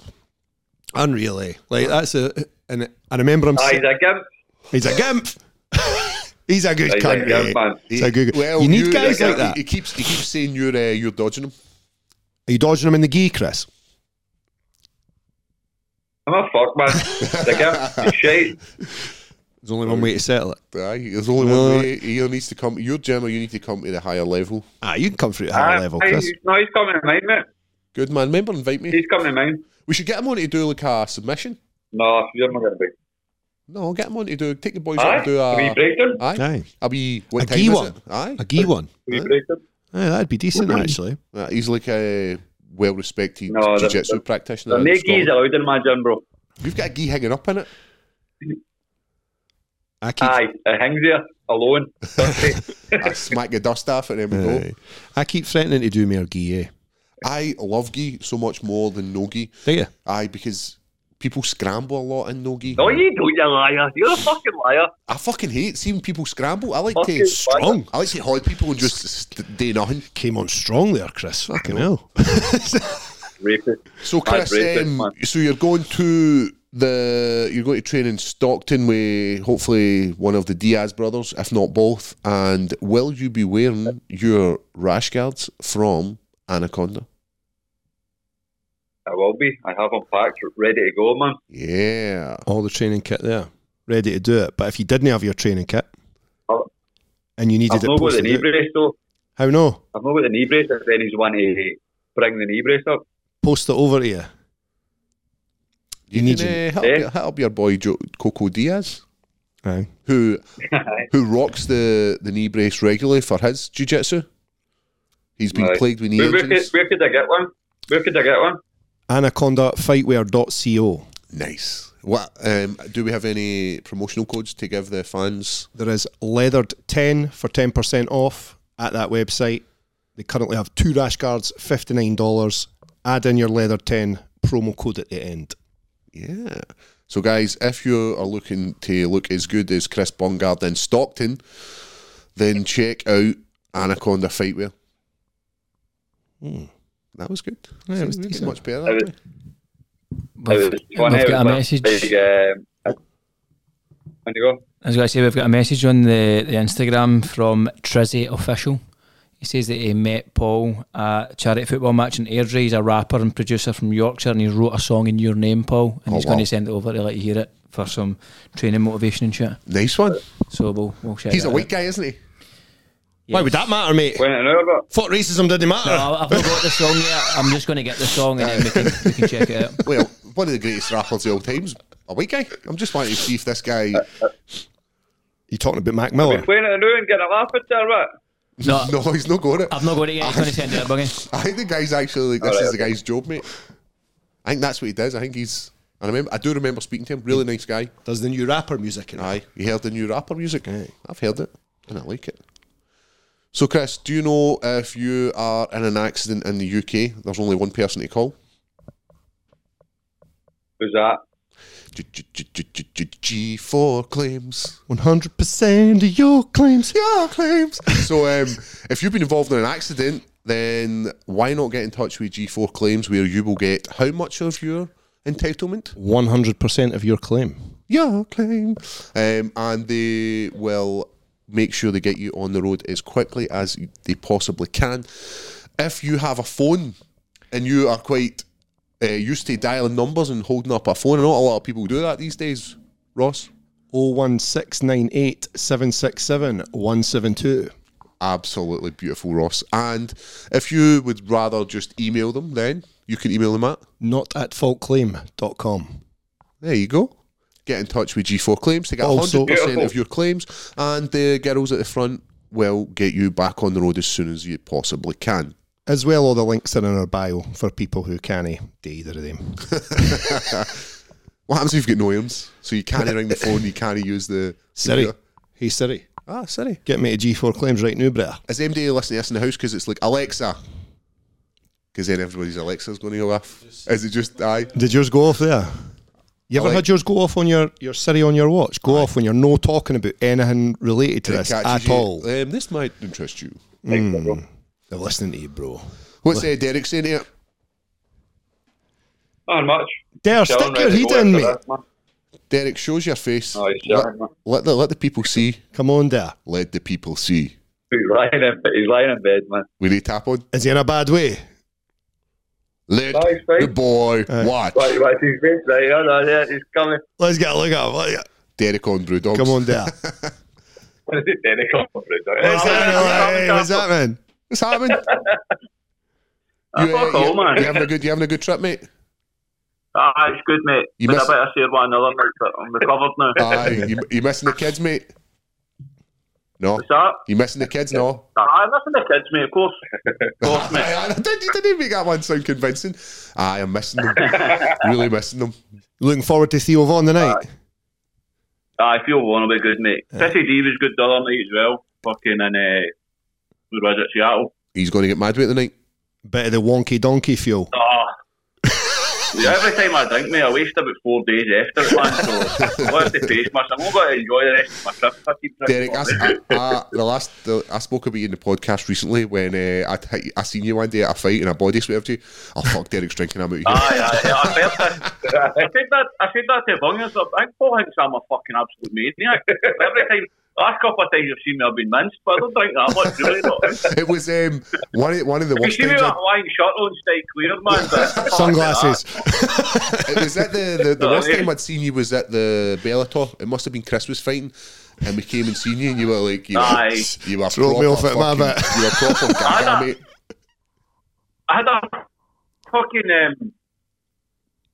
S3: Unreal. Eh? Like that's a. And I remember him.
S4: Aye,
S3: si-
S4: he's a gimp.
S3: He's a gimp. He's a good
S4: He's a
S3: cunt.
S4: good
S3: eh?
S4: man.
S3: He's a good. you need guys like that.
S2: He, keeps he keeps saying you're uh, you're dodging him.
S3: Are you dodging him in the gi, Chris?
S4: I'm a fuck, man. Like, I'm shite.
S3: There's only one way to settle it.
S2: Aye, there's only
S3: No.
S2: one way. He needs to come. Your general, you need to come to the higher level.
S3: Ah, you can come through at a higher
S4: Aye,
S3: level,
S4: aye,
S3: Chris.
S4: No, he's coming to mine, mate.
S2: Good man. Remember, invite me.
S4: He's coming to mine.
S2: We should get him on to do like a submission.
S4: No, you're not going to be.
S2: No, get him on to do. Take the boys out
S4: Aye,
S2: and do
S4: a wee
S2: a.
S4: breakdown.
S2: Aye.
S3: Aye.
S2: A wee. What
S3: A
S2: time
S3: gi
S2: is
S3: one.
S2: it? Aye.
S3: A gi one.
S4: A wee breakdown.
S3: Yeah, that'd be decent actually.
S2: Uh, he's like a well-respected
S4: No, they're-
S2: jiu-jitsu
S4: they're-
S2: practitioner.
S4: There
S2: in
S4: are no geese
S2: Scotland.
S4: allowed in my gym, bro.
S2: You've got a gi hanging up in it.
S3: I keep
S4: Aye, it hangs there alone.
S2: I smack the dust off it and then we go.
S3: Aye. I keep threatening to do me a gi. Eh?
S2: I love gi so much more than no gi.
S3: Do you?
S2: Aye, because people scramble a lot in no gi.
S4: No, you don't, you liar. You're a fucking liar.
S2: I fucking hate seeing people scramble. I like
S4: Fucking
S2: to
S4: strong.
S2: I like to hide people and just st- do nothing.
S3: Came on strong there, Chris. Fucking hell.
S4: Rapist.
S2: So
S4: Bad
S2: Chris,
S4: racist,
S2: um,
S4: man.
S2: so you're going to the you're going to train in Stockton with hopefully one of the Diaz brothers, if not both. And will you be wearing your rash guards from Anaconda?
S4: I will be. I have them packed, ready to go, man.
S2: Yeah.
S3: All the training kit there, ready to do it. But if you didn't have your training kit
S4: I've-
S3: and you needed
S4: Oh. I've
S3: it,
S4: not got the
S3: posted
S4: knee
S3: out-
S4: brace, though.
S3: how no?
S4: I've not got the knee brace if any's want to bring the knee brace up.
S3: Post it over to you.
S2: You,
S3: need
S2: can,
S3: you.
S2: uh, hit, up,
S4: Eh?
S2: your- hit up your boy jo- Coco Diaz,
S3: Aye.
S2: who who rocks the, the knee brace regularly for his jiu jitsu. He's been
S4: Right.
S2: plagued with knee
S4: Where, where, could,
S2: injuries.
S4: where could I get one? Where could I get one?
S3: AnacondaFightwear.co.
S2: Nice. What um, do we have any promotional codes to give the fans?
S3: There is Leathered 10 for 10% off at that website. They currently have two rash guards, $59. Add in your Leathered 10 promo code at the end.
S2: Yeah. So, guys, if you are looking to look as good as Chris Bongard in Stockton, then check out Anaconda Fightwear. Hmm. That was good.
S3: Yeah, it was
S2: See, we did
S3: decent.
S2: much better. that
S4: It was-
S2: way.
S5: We've,
S4: It was funny,
S5: we've
S4: it
S5: got a
S4: was
S5: message.
S4: Like, um, on you go.
S5: I was going to say, we've got a message on the, the Instagram from Trizzy Official. He says that he met Paul at a charity football match in Airdrie. He's a rapper and producer from Yorkshire and he wrote a song in your name, Paul. And
S2: Oh,
S5: he's going
S2: wow.
S5: to send it over to let you hear it for some training motivation and shit.
S2: Nice one.
S5: So we'll, we'll check
S2: He's
S5: that
S2: a
S5: out.
S2: white guy, isn't he?
S3: Why would that matter, mate?
S4: When an hour, but
S3: Thought racism didn't matter.
S5: No, Uh, I've not got the song yet. I'm just going to get the song and then we can, we can check it out.
S2: Well, one of the greatest rappers of all times. A white guy. I'm just wanting to see if this guy.
S3: You're talking about Mac Miller.
S4: when an hour and get a laugh at there, right?
S5: No,
S2: No, he's not got it.
S5: I've not got it yet. He's going to send it out, Buggy.
S2: I think the guy's actually like, this
S4: Alright,
S2: is the guy's job, mate. I think that's what he does. I think he's. I remember. I do remember speaking to him. Really nice guy.
S3: Does the new rapper music in it?
S2: Aye, you heard the new rapper music. I've heard it, and I like it. So, Chris, do you know if you are in an accident in the UK, there's only one person to call?
S4: Who's that?
S2: G four claims.
S3: 100% of your claims.
S2: Yeah, claims. So, um, if you've been involved in an accident, then why not get in touch with G four claims, where you will get how much of your entitlement?
S3: 100% of your claim.
S2: Yeah, claim. Um, and they will make sure they get you on the road as quickly as they possibly can. If you have a phone and you are quite uh, used to dialing numbers and holding up a phone, and not a lot of people do that these days, Ross.
S3: 01698 767 172.
S2: Absolutely beautiful, Ross. And if you would rather just email them, then you can email them at
S3: Not at faultclaim.com.
S2: There you go. Get in touch with G4 Claims to get
S3: Also-
S2: 100%
S4: Beautiful.
S2: of your claims, and the girls at the front will get you back on the road as soon as you possibly can.
S3: As well, all the links are in our bio for people who can't do either of them.
S2: What happens if you've got no arms? So you can't ring the phone, you can't use the.
S3: Siri.
S2: computer?
S3: Hey, Siri.
S2: Ah, Siri.
S3: Get me to G4 claims right now, bruh.
S2: Is MD listening to us in the house because it's like Alexa? Because then everybody's Alexa's going to go off. Is it just I?
S3: Did yours go off there? You ever
S2: I like-
S3: had yours go off on your, your Siri on your watch? Go off when you're no talking about anything related to this at all.
S2: Um, this might interest you.
S4: Thanks, bro.
S3: They're listening to you, bro.
S2: What's uh, Derek saying here?
S4: Not much.
S3: Dare,
S4: Chilling,
S3: stick your
S4: ready to
S3: head
S4: go
S3: in,
S4: after
S3: mate.
S4: this, man.
S2: Derek, shows your face.
S7: Oh, he's
S2: let,
S7: shouting.
S2: let the let the people see.
S3: Come on, there.
S2: Let the people see.
S7: He's lying in bed. He's lying in bed, man.
S2: We need tap on.
S3: Is he in a bad way?
S2: Let
S7: Oh, he's fine.
S2: the boy watch.
S7: Right, right, he's been right. Oh, no, yeah, he's coming.
S3: Let's get a look at him. Let's get-
S2: Derek on Brewdog.
S3: Come on, there.
S7: What is it, Derek? Oh, right,
S3: What's happening? What's
S7: right.
S3: happening?
S2: What's happened?
S7: Ah, fuck all, man.
S2: uh, you having a good you having a good trip, mate?
S4: Ah, it's good, mate.
S2: You
S4: Been
S2: miss-
S4: a bit of shared one another, mate, but I'm recovered now.
S2: Aye. You, you missing the kids, mate? No.
S4: What's that?
S2: You missing the kids, no?
S4: Ah, listen to kids, mate, of course. Of course, mate.
S2: Aye, I didn't, you didn't make that one sound convincing. Aye, I'm missing them. really missing them.
S3: Looking forward to Theo Vaughan tonight.
S4: Ah,
S7: I feel one will be good, mate.
S4: Pissy D was good the other night as well. Fucking in, uh, where was it, Seattle?
S2: He's going to get mad with it tonight.
S3: Bit of the wonky donkey fuel.
S4: Ah. Yeah, every time I drink, mate, I waste about four days after it, man, so I'll have to face myself. I'm going to enjoy the rest of my trip. if I keep drinking
S2: Derek, I,
S4: coffee.
S2: I, I- the last the, I spoke about you in the podcast recently when uh, I hit- I seen you one day at a fight and I body swerved you. Oh fuck, Derek's drinking. I'm out of here.
S4: Aye, aye, aye, I felt that. I said that. I said that to Bungus. I think Paul thinks I'm a fucking absolute maniac. Every time, last couple of times you've seen me, I've been minced, but I don't drink that much, really. Not. If
S2: It was um, one of, one of the
S4: you
S2: worst
S4: see me
S2: times.
S4: with a
S2: I,
S4: Hawaiian shirt on, stay clear, man. but-
S3: Sunglasses.
S2: it was at the, the, the
S4: Oh,
S2: worst
S4: yeah.
S2: time I'd seen you was at the Bellator. It must have been Chris was fighting, and we came and seen you, and you were like, you were,
S4: Aye.
S2: you were
S3: Throw me
S2: proper
S3: off it, my
S2: fucking-
S3: bit.
S2: you were proper gaga,
S4: Aye.
S2: mate.
S4: I had a fucking. Um,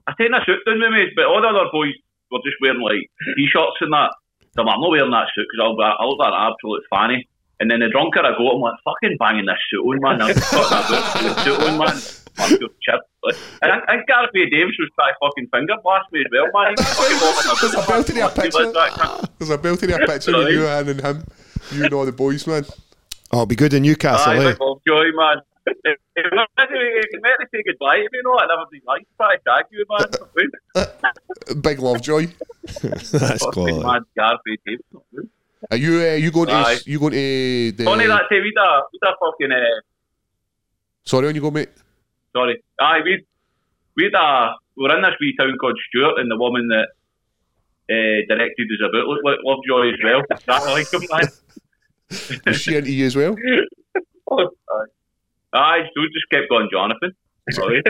S4: I taken a suit down with me, but all the other boys were just wearing like t-shirts and that. So I'm, like, I'm not wearing that suit because I'll be, I look like an absolute fanny. And then the drunker I go, I'm like fucking banging this suit on, man. I'm fucking banging this suit on, man. I'm just chip. Like, and I, I think Gareth Davis was trying to fucking finger blast me as well, man. He
S2: That's why
S4: fucking walked in
S2: there's a belt in your
S4: He was
S2: picture.
S4: like that.
S2: There's a belt in your picture of you Anne, and him. You and all the boys, man.
S3: Oh, it'll be good in Newcastle,
S4: Aye,
S3: eh?
S4: Bob Joy, man. If you meant to say goodbye to me, no, I'd never be like, try to tag you, man.
S2: Big Lovejoy.
S3: That's
S4: Fucking
S3: quality.
S4: mad eh? Garvey Davis.
S2: Are you uh, you going
S4: Aye.
S2: to you going to the
S4: Only that time, we'd a, we'd a fucking, uh,
S2: sorry on you go, mate?
S4: sorry, aye, we'd, we'd a, we were in this wee town called Stewart, and the woman that uh, directed us about looked like Lovejoy as well. Is that like him, man?
S2: Was she into you as well?
S4: aye. Oh, aye, so we just kept going, Jonathan. Sorry.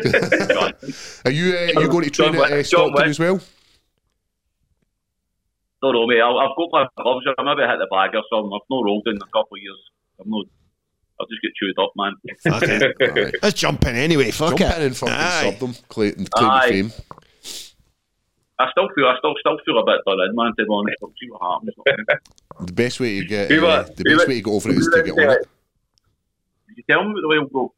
S4: Jonathan.
S2: Are you uh, you going to train
S4: John
S2: at uh,
S4: Wick- John
S2: Stockton
S4: Wick.
S2: as well?
S4: No, no, mate, I'll, I've got my gloves, I maybe hit the bag or something. I've not rolled in a couple of years. I'm not, I'll just get chewed up, man.
S3: Fuck it.
S2: Aye.
S3: Let's jump in anyway. Fuck
S2: Jump in
S3: it.
S2: and fucking
S3: Aye.
S2: sub them, Clayton, Clayton
S4: Aye.
S2: fame.
S4: I still feel, I still, still feel a bit done in, man, to be honest. We'll see what happens.
S2: The best way to get
S7: We
S2: uh,
S7: were-
S2: the
S7: we
S2: best
S7: were-
S2: way to get over it is to get on it.
S4: Did you tell me the way we'll go?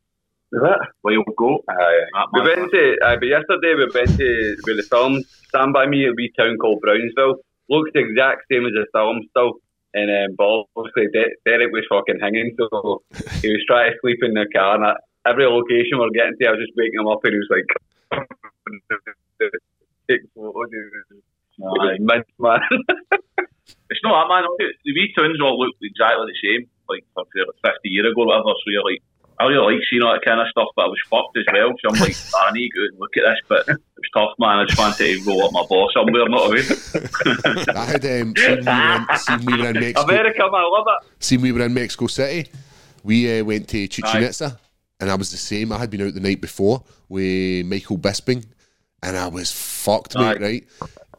S4: Way we'll go?
S7: Aye.
S4: That
S7: We
S4: man-
S7: went to, aye, eh, but yesterday we went to with the film Stand By Me, a wee town called Brownsville. Looks the exact same as the film still. And um, but obviously De- Derek was fucking hanging, so he was trying to sleep in the car. And at every location we're getting to, I was just waking him up, and he was like, "Take photos." It was
S4: Aye.
S7: mint, man.
S4: It's not that, man. The wee tunes all look exactly the same, like for- for 50 years ago or whatever. So you're like, I really like seeing all that kind of stuff, but I was fucked as well. So I'm like, I need to go and look at this, but it was tough, man. I just wanted to roll up my ball somewhere, not away.
S2: I had um, seen, we were in, seen we were in Mexico.
S7: America, man, I love it.
S2: Seen we were in Mexico City. We uh, went to Chichen Itza, and I was the same. I had been out the night before with Michael Bisping, and I was fucked, mate.
S4: Aye.
S2: Right,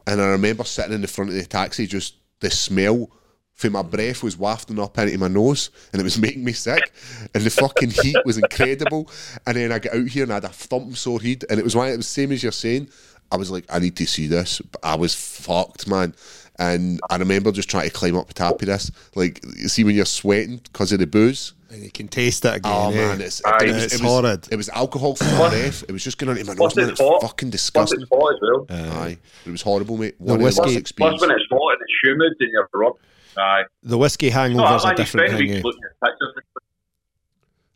S2: and I remember sitting in the front of the taxi, just the smell. From my breath was wafting up into my nose and it was making me sick. And the fucking heat was incredible. And then I got out here and I had a thumping sore head. And it was why it was same as you're saying. I was like, I need to see this. But I was fucked, man. And I remember just trying to climb up the top of this. Like, you see, when you're sweating because of the booze,
S3: And you can taste it again.
S2: Oh
S3: eh?
S2: man, it's,
S7: Aye.
S2: it, was,
S3: It's
S2: it was-
S3: horrid.
S2: It was alcohol from my breath. It was just going on in my nose.
S7: Plus
S2: Man.
S7: it's
S2: It's
S7: hot.
S2: fucking
S7: Plus
S2: disgusting.
S7: it's hot as well.
S3: Uh,
S2: Aye, it was horrible, mate. One
S3: whiskey-
S2: of the worst
S7: Plus
S2: experience.
S7: when it's hot and it's humid and you're robbed.
S4: Aye.
S3: The whiskey
S4: No,
S3: hangover's
S4: I
S3: a
S4: like you
S3: different
S4: spend
S3: thing.
S4: weeks
S3: eh?
S4: looking at pictures.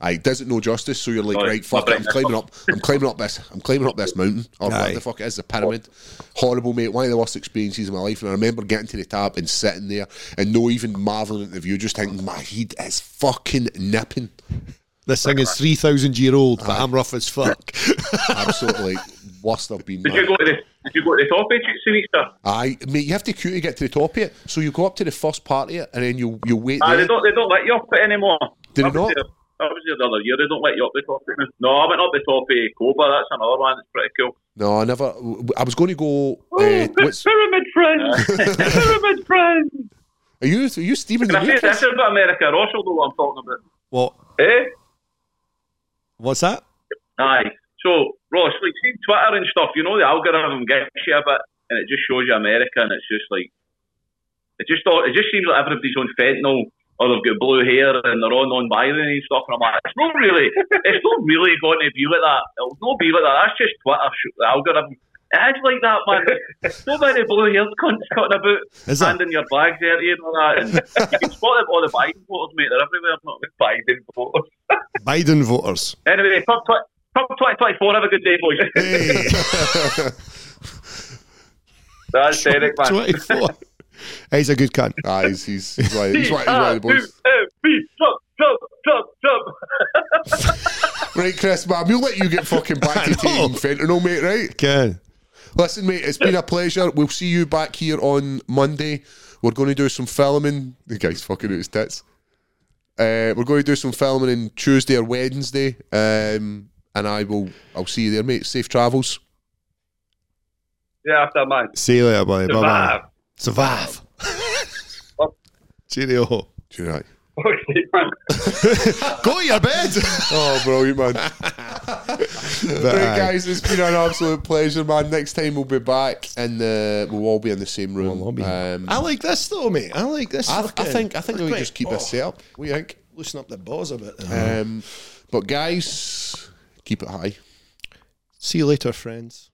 S2: Aye, it doesn't know justice. So you're like,
S4: Aye.
S2: right, fuck
S4: My
S2: it. I'm
S4: brain-
S2: climbing up. I'm climbing up this. I'm climbing up this mountain or
S3: Aye.
S2: what the fuck it is the pyramid. Horrible, mate. One of the worst experiences of my life. And I remember getting to the top and sitting there and no even marveling at the view, just thinking, my head is fucking nipping.
S3: This thing is 3,000 year old, but I'm rough as fuck.
S2: Absolutely. like, worst I've been.
S4: Did
S2: man.
S4: you go to the Did you go to the top agents in Easter?
S2: Aye, mate, you have to queue to get to the top of it. So you go up to the first part of it, and then you you wait.
S4: Ah,
S2: there.
S4: they don't they don't let you up it anymore.
S2: Did
S4: I
S2: they
S4: was
S2: not?
S4: There, I was there the other year. They don't let you up the top. of it. No, I went up the top of Cobra. That's another one. that's pretty cool.
S2: No, I never. I was going to go.
S4: Oh,
S2: Uh, what's,
S4: Pyramid friends. Pyramid friends.
S2: are you are you Stephen the
S4: Can I say this
S2: Lucas?
S4: about America Russell though? What I'm talking about.
S3: What?
S4: Eh?
S3: What's that?
S4: Aye. So, Ross, like, see Twitter and stuff, you know, the algorithm gets you a bit, and it just shows you America, and it's just like, it just all, it just seems like everybody's on fentanyl, or they've got blue hair, and they're on non-binary and stuff, and I'm like, it's not really, it's not really going to be like that. It'll not be like that. That's just Twitter, sh- the algorithm. It is like that, man. so many blue-haired cunts cutting about,
S3: Is there?
S4: handing your bags out to you and all that. And you can spot them all the Biden voters, mate. They're everywhere. Not the Biden voters.
S3: Biden voters.
S4: Anyway, pub, twi- pub 2024, have a good day, boys.
S3: Hey,
S4: That's Derek, man.
S3: 24. He's a good cunt.
S2: Aye, Ah, he's he's, he's like he's like, he's like the
S4: Ah, two,
S2: boys.
S4: eh, three, jump, jump, jump, jump.
S2: Right, Chris, man, we'll let you get fucking back to
S3: I know.
S2: taking fentanyl, mate. Right.
S3: Okay.
S2: Listen, mate, it's been a pleasure. We'll see you back here on Monday. We're going to do some filming. The guy's fucking out his tits. Uh, we're going to do some filming on Tuesday or Wednesday, um, and I will. I'll see you there, mate. Safe travels.
S4: Yeah, after man.
S3: See you later, buddy. Bye bye.
S4: Survive.
S3: Survive. Cheerio.
S2: Do you right?
S4: Okay, man.
S3: Go to your bed.
S2: Oh, brilliant, man.
S3: But,
S2: Right,
S3: aye.
S2: guys, it's been an absolute pleasure, man. Next time we'll be back, and uh, we'll all be in the same room.
S3: all be- Ah,
S2: Um,
S8: I like this though, mate. I like this.
S2: I, I
S8: fucking-
S2: think I think we
S8: Right.
S2: just keep this
S8: Oh,
S2: set up. What do you think?
S8: Loosen up the balls a bit.
S3: Uh,
S2: Um, but guys, keep it high.
S8: See you later, friends.